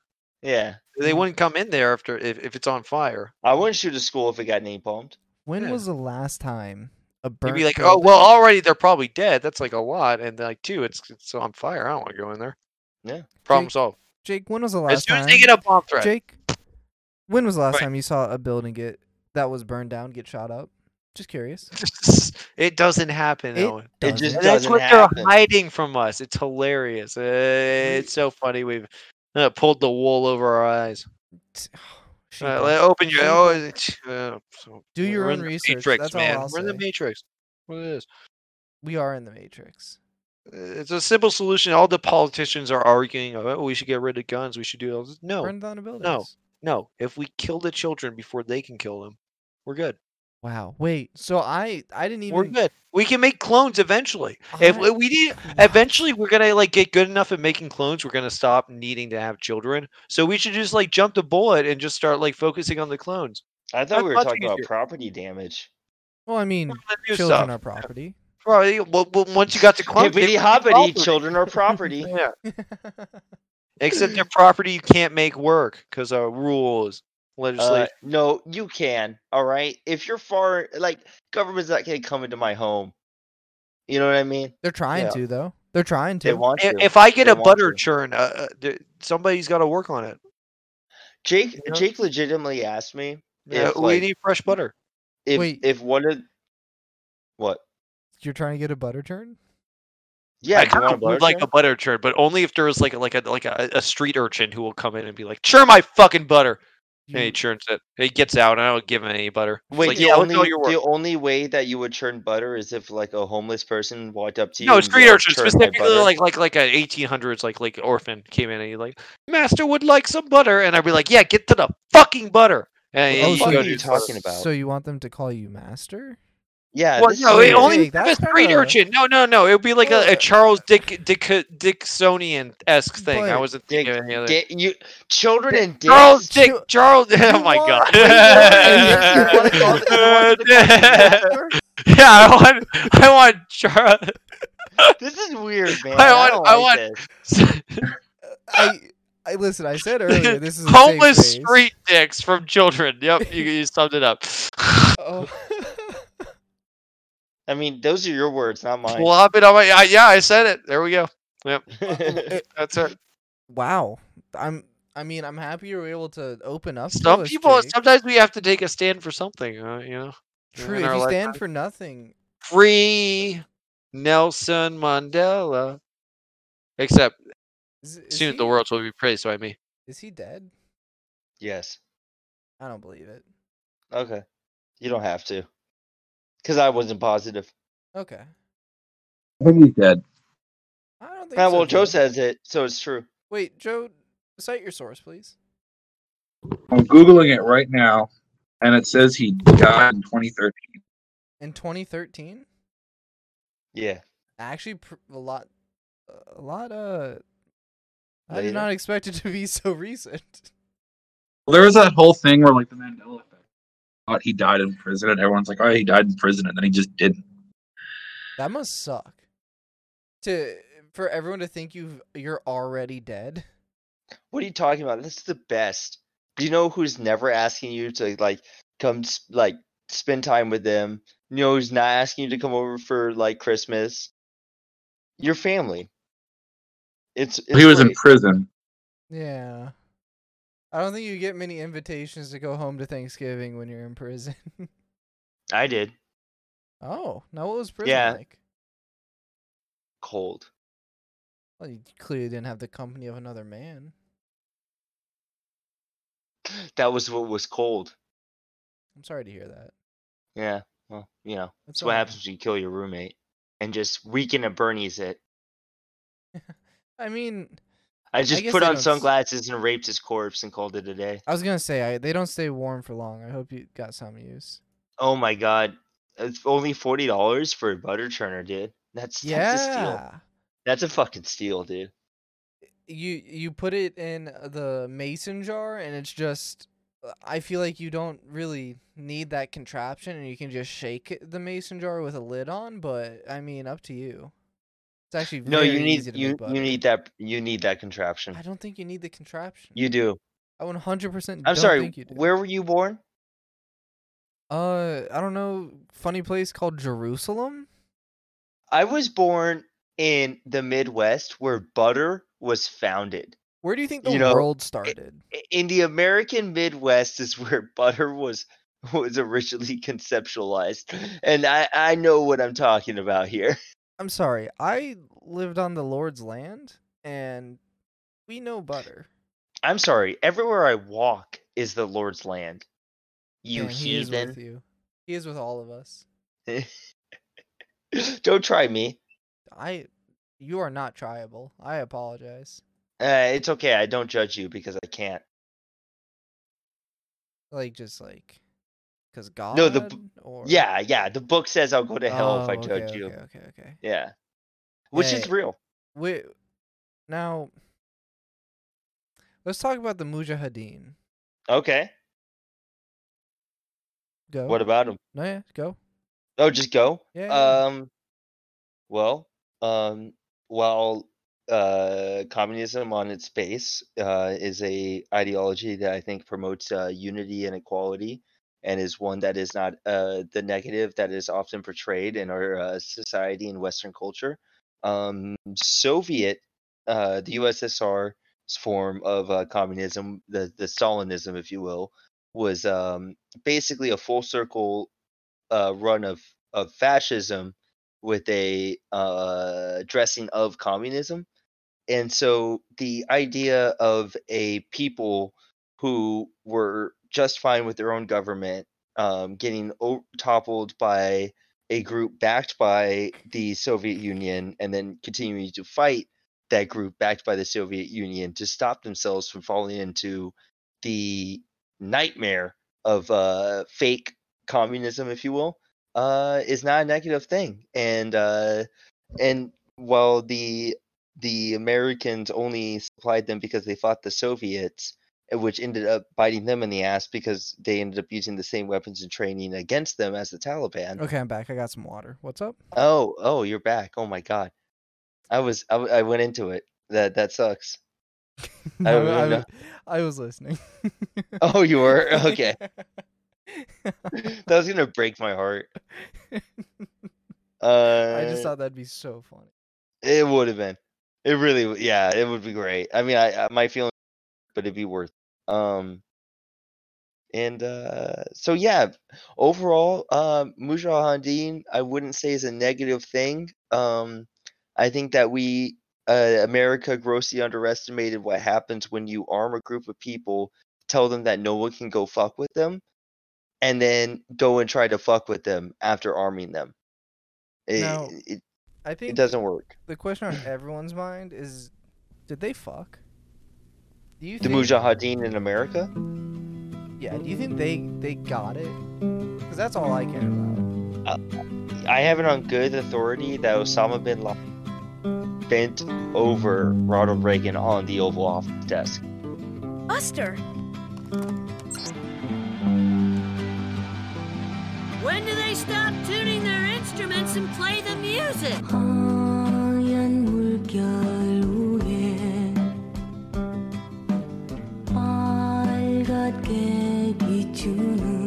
S3: Yeah,
S2: they
S4: Mm.
S2: wouldn't come in there after if, if it's on fire.
S3: I wouldn't shoot a school if it got napalmed.
S4: when
S2: Yeah.
S4: was the last time a
S2: You'd
S4: burnt
S2: be like, oh well, already they're probably dead. That's like a lot, and like two, it's it's on fire. I don't want to go in there.
S3: Yeah.
S2: problem
S4: Jake,
S2: solved.
S4: Jake, when was the last
S2: As soon
S4: time
S2: as they get a bomb threat,
S4: Jake, when was the last
S2: Right.
S4: time you saw a building get that was burned down get shot up? Just curious.
S2: it doesn't happen.
S4: It
S2: Owen.
S3: It just
S4: Doesn't.
S2: And that's
S3: doesn't
S2: what
S3: happen.
S2: they're hiding from us. It's hilarious. Uh, It's so funny. We've uh, pulled the wool over our eyes.
S4: Sheeple.
S2: Uh, let- open your.
S4: Sheeple.
S2: Oh, it's- uh, so-
S4: Do your
S2: we're
S4: own
S2: in the
S4: research,
S2: Matrix,
S4: that's all
S2: man.
S4: I'll
S2: we're in the
S4: say.
S2: matrix. What it is?
S4: we are in the matrix.
S2: Uh, It's a simple solution. All the politicians are arguing. Oh, we should get rid of guns. We should do all this. No,
S4: Burn down the buildings.
S2: no. If we kill the children before they can kill them, we're good.
S4: Wow. Wait. So I I didn't even
S2: We're good. We can make clones eventually. If
S4: I-
S2: we- we need,
S4: What?
S2: eventually we're gonna like get good enough at making clones we're gonna stop needing to have children so we should just like jump the bullet and just start like focusing on the clones
S3: I thought we were
S2: much
S3: talking about
S2: easier.
S3: property damage.
S4: Well, I
S3: Hmm.
S4: mean,
S2: We're gonna do
S4: children
S2: stuff.
S4: are property.
S2: Probably, well, well, once you got the clones they
S3: Hippity
S2: become
S3: hoppity,
S2: property.
S3: children are property.
S2: yeah. except their property you can't make work because of rules
S3: Uh,
S2: legislation
S3: no, you can. All right. If you're far, like government's not gonna come into my home. You know what I mean?
S4: They're trying
S2: Yeah.
S4: to though. They're trying to.
S3: They want
S2: I-
S3: to.
S2: if i get
S3: They
S2: a
S3: want
S2: butter
S3: to.
S2: churn uh, uh, th- somebody's got to work on it
S3: Jake,
S2: you know?
S3: Jake legitimately asked me
S2: Yeah,
S3: If,
S2: Uh, we
S3: like-
S2: need fresh butter
S3: if
S4: Wait.
S3: if one of what?
S4: You're trying to get a butter turn.
S3: Yeah,
S2: I
S3: do you
S2: kind
S3: want
S2: of would like a
S3: blowjob?
S2: butter churn, but only if there was like a, like a like a, a street urchin who will come in and be like, "Churn my fucking butter," and he
S4: You- Oh,
S2: churns it. He gets out, and I don't give him any butter. It's
S3: Mm. Wait,
S2: like,
S3: the
S2: yeah, let's
S3: only
S2: do all your work.
S3: the only way that you would churn butter is if like a homeless person walked up to you.
S2: no,
S3: and
S2: street
S3: yelled,
S2: urchin
S3: "Churn my
S2: specifically,
S3: butter."
S2: like like like an eighteen hundreds like like orphan came in and he like, "Master would like some butter," and I'd be like, "Yeah, get to the fucking butter." And he-
S3: Oh, so
S2: he
S3: what
S2: go
S3: are
S2: to
S3: you
S2: his butter.
S3: talking about?
S4: So you want them to call you master?
S3: yeah,
S2: Well,
S3: this
S2: no,
S3: is
S2: it only
S4: Jake,
S2: if a
S4: that's
S2: street
S4: kinda-
S2: urchin. No, no, no. It would be like a,
S4: Well,
S2: a Charles Dick Dick Dicksonian esque thing. I
S4: but
S2: wasn't
S3: Dick-
S2: thinking of any other.
S3: Di- you children and dicks.
S2: Charles Dick
S4: Chil-
S2: Charles. Oh
S4: You
S2: my
S4: want-
S2: god.
S4: wait, you want- you wanna call- you wanna call them master?
S2: Yeah, I want, I want Charles.
S3: This is weird, man.
S2: I
S3: I
S2: want-
S3: want,
S2: I
S3: I
S2: want-
S3: this.
S4: I, I listen. I said earlier this is a safe
S2: homeless
S4: space.
S2: street dicks from children. Yep, you, you summed it up.
S4: Oh.
S3: I mean, those are your words, not mine.
S2: Plop it on my. I, yeah, I said it. There we go. That's it.
S4: wow. I'm. I mean, I'm happy you were able to open up. to
S2: Some
S4: us,
S2: people.
S4: Jake.
S2: Sometimes we have to take a stand for something. Uh, you know,
S4: True.
S2: in
S4: If
S2: our
S4: you
S2: lifetime.
S4: stand for nothing,
S2: free Nelson Mandela. Except
S4: is, is
S2: soon
S4: he,
S2: the world will be praised by me.
S4: Is he dead?
S3: yes.
S4: I don't believe it.
S3: Okay. You don't have to. Because I wasn't positive.
S4: Okay.
S5: I think he's dead.
S4: I don't think.
S3: Ah,
S4: so,
S3: well, Joe
S4: Joe.
S3: says it, so it's true.
S4: Wait, Joe, cite your source, please.
S5: I'm googling it right now, and it says he died in 2013.
S4: In 2013,
S3: Yeah.
S4: actually, pr- a lot, a lot. Uh, I
S3: Later.
S4: did not expect it to be so recent.
S5: Well, there was that whole thing where like the Mandela effect. Thought he died in prison, and everyone's like, "Oh, he died in prison," and then he just didn't.
S4: That must suck. To for everyone to think you you're already dead.
S3: What are you talking about? This is the best. Do you know who's never asking you to, like, come, s- like, spend time with them? You know who's not asking you to come over for, like, Christmas? Your family. It's, it's
S5: he was in
S3: great.
S5: prison.
S4: Yeah. I don't think you get many invitations to go home to Thanksgiving when you're in prison.
S3: I did.
S4: oh, now what was prison
S3: Yeah.
S4: like?
S3: cold.
S4: Well, you clearly didn't have the company of another man.
S3: That was what was cold.
S4: I'm sorry to hear that.
S3: Yeah. Well, you know,
S4: That's
S3: that's what
S4: all right.
S3: happens when you kill your roommate and just weaken a Bernie's it.
S4: I mean,
S3: I just
S4: guess
S3: put
S4: I
S3: on
S4: don't s-
S3: sunglasses and raped his corpse and called it a day.
S4: I was gonna say I, they don't stay warm for long. I hope you got some use.
S3: Oh my god. It's only forty dollars for a butter churner, dude. That's that's a steal.
S4: Yeah,
S3: That's a fucking steal, dude.
S4: you you put it in uh, the mason jar, and it's just. uh, I feel like you don't really need that contraption, and you can just shake it- the mason jar with a lid on. But I mean, up to you. It's actually
S3: No, you
S4: very easy
S3: need
S4: to
S3: you
S4: make butter.
S3: you need that you need that contraption.
S4: I don't think you need the contraption.
S3: You do.
S4: I 100 percent.
S3: I'm sorry.
S4: Think you do.
S3: Where were you born?
S4: Uh, I don't know. Funny place called Jerusalem.
S3: I was born in the Midwest where butter was founded.
S4: Where do you think the
S3: You know,
S4: world started?
S3: I- In the American Midwest is where butter was was originally conceptualized. And I, I know what I'm talking about here.
S4: I'm sorry. I lived on the Lord's land, and we know butter.
S3: I'm sorry, everywhere I walk is the Lord's land. You
S4: and he is with
S3: heathen.
S4: you. He is with all of us.
S3: Don't try me.
S4: I, you are not triable. I apologize.
S3: Uh, it's okay. I don't judge you because I can't.
S4: Like just like, cause God.
S3: No, the b-
S4: or
S3: Yeah, yeah. The book says I'll go to hell if I
S4: Oh,
S3: judge
S4: okay,
S3: you.
S4: Okay, okay, okay.
S3: Yeah. Which is
S4: Hey,
S3: real.
S4: Wait, now. Let's talk about the Mujahideen.
S3: Okay.
S4: Go.
S3: What about him?
S4: No, yeah, go.
S3: Oh, just go.
S4: Yeah, yeah, yeah.
S3: Um, well, um, while uh, communism on its base uh, is a ideology that I think promotes uh, unity and equality, and is one that is not uh, the negative that is often portrayed in our uh, society and Western culture. Um, Soviet, uh, the USSR's form of uh, communism, the the Stalinism, if you will, was um, basically a full circle uh, run of of fascism with a uh, dressing of communism, and so the idea of a people who were just fine with their own government um, getting o- toppled by a group backed by the Soviet Union and then continuing to fight that group backed by the Soviet Union to stop themselves from falling into the nightmare of uh, fake communism, if you will, uh, is not a negative thing. And uh, and while the the Americans only supplied them because they fought the Soviets, uh, which ended up biting them in the ass because they ended up using the same weapons and training against them as the Taliban.
S4: Okay, I'm back. I got some water. What's up?
S3: Oh, oh, you're back. Oh my God, I was I, w- I went into it. That that sucks. I
S4: No,
S3: don't
S4: I,
S3: know.
S4: was, I was listening.
S3: Oh, you were okay. that was gonna break my heart. Uh,
S4: I just thought that'd be so funny.
S3: It would have been. It really, w- yeah, it would be great. I mean, I, I my feeling, but it'd be worth. it. Um, and uh, so yeah, overall, um, Mujahideen, I wouldn't say is a negative thing. Um, I think that we, uh, America, grossly underestimated what happens when you arm a group of people, tell them that no one can go fuck with them, and then go and try to fuck with them after arming them. It,
S4: Now,
S3: it,
S4: I
S3: it
S4: think
S3: doesn't work.
S4: the question on everyone's mind is, did they fuck? Do you
S3: The
S4: think,
S3: Mujahideen in America?
S4: Yeah. Do you think they they got it? Because that's all I care about.
S3: I have it on good authority that Osama bin Laden bent over Ronald Reagan on the Oval Office desk.
S6: Buster! When do they stop tuning their instruments and play the music?
S7: 하얀 물결 위에 빨갛게 비추는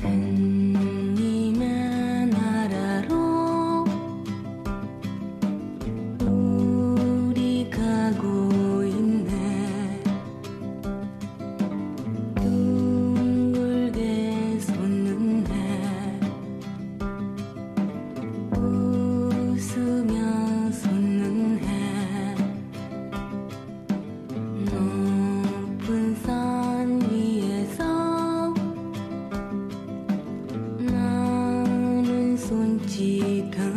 S7: 햇님의 나라로 우리 가고 있네 둥글게 솟는 지다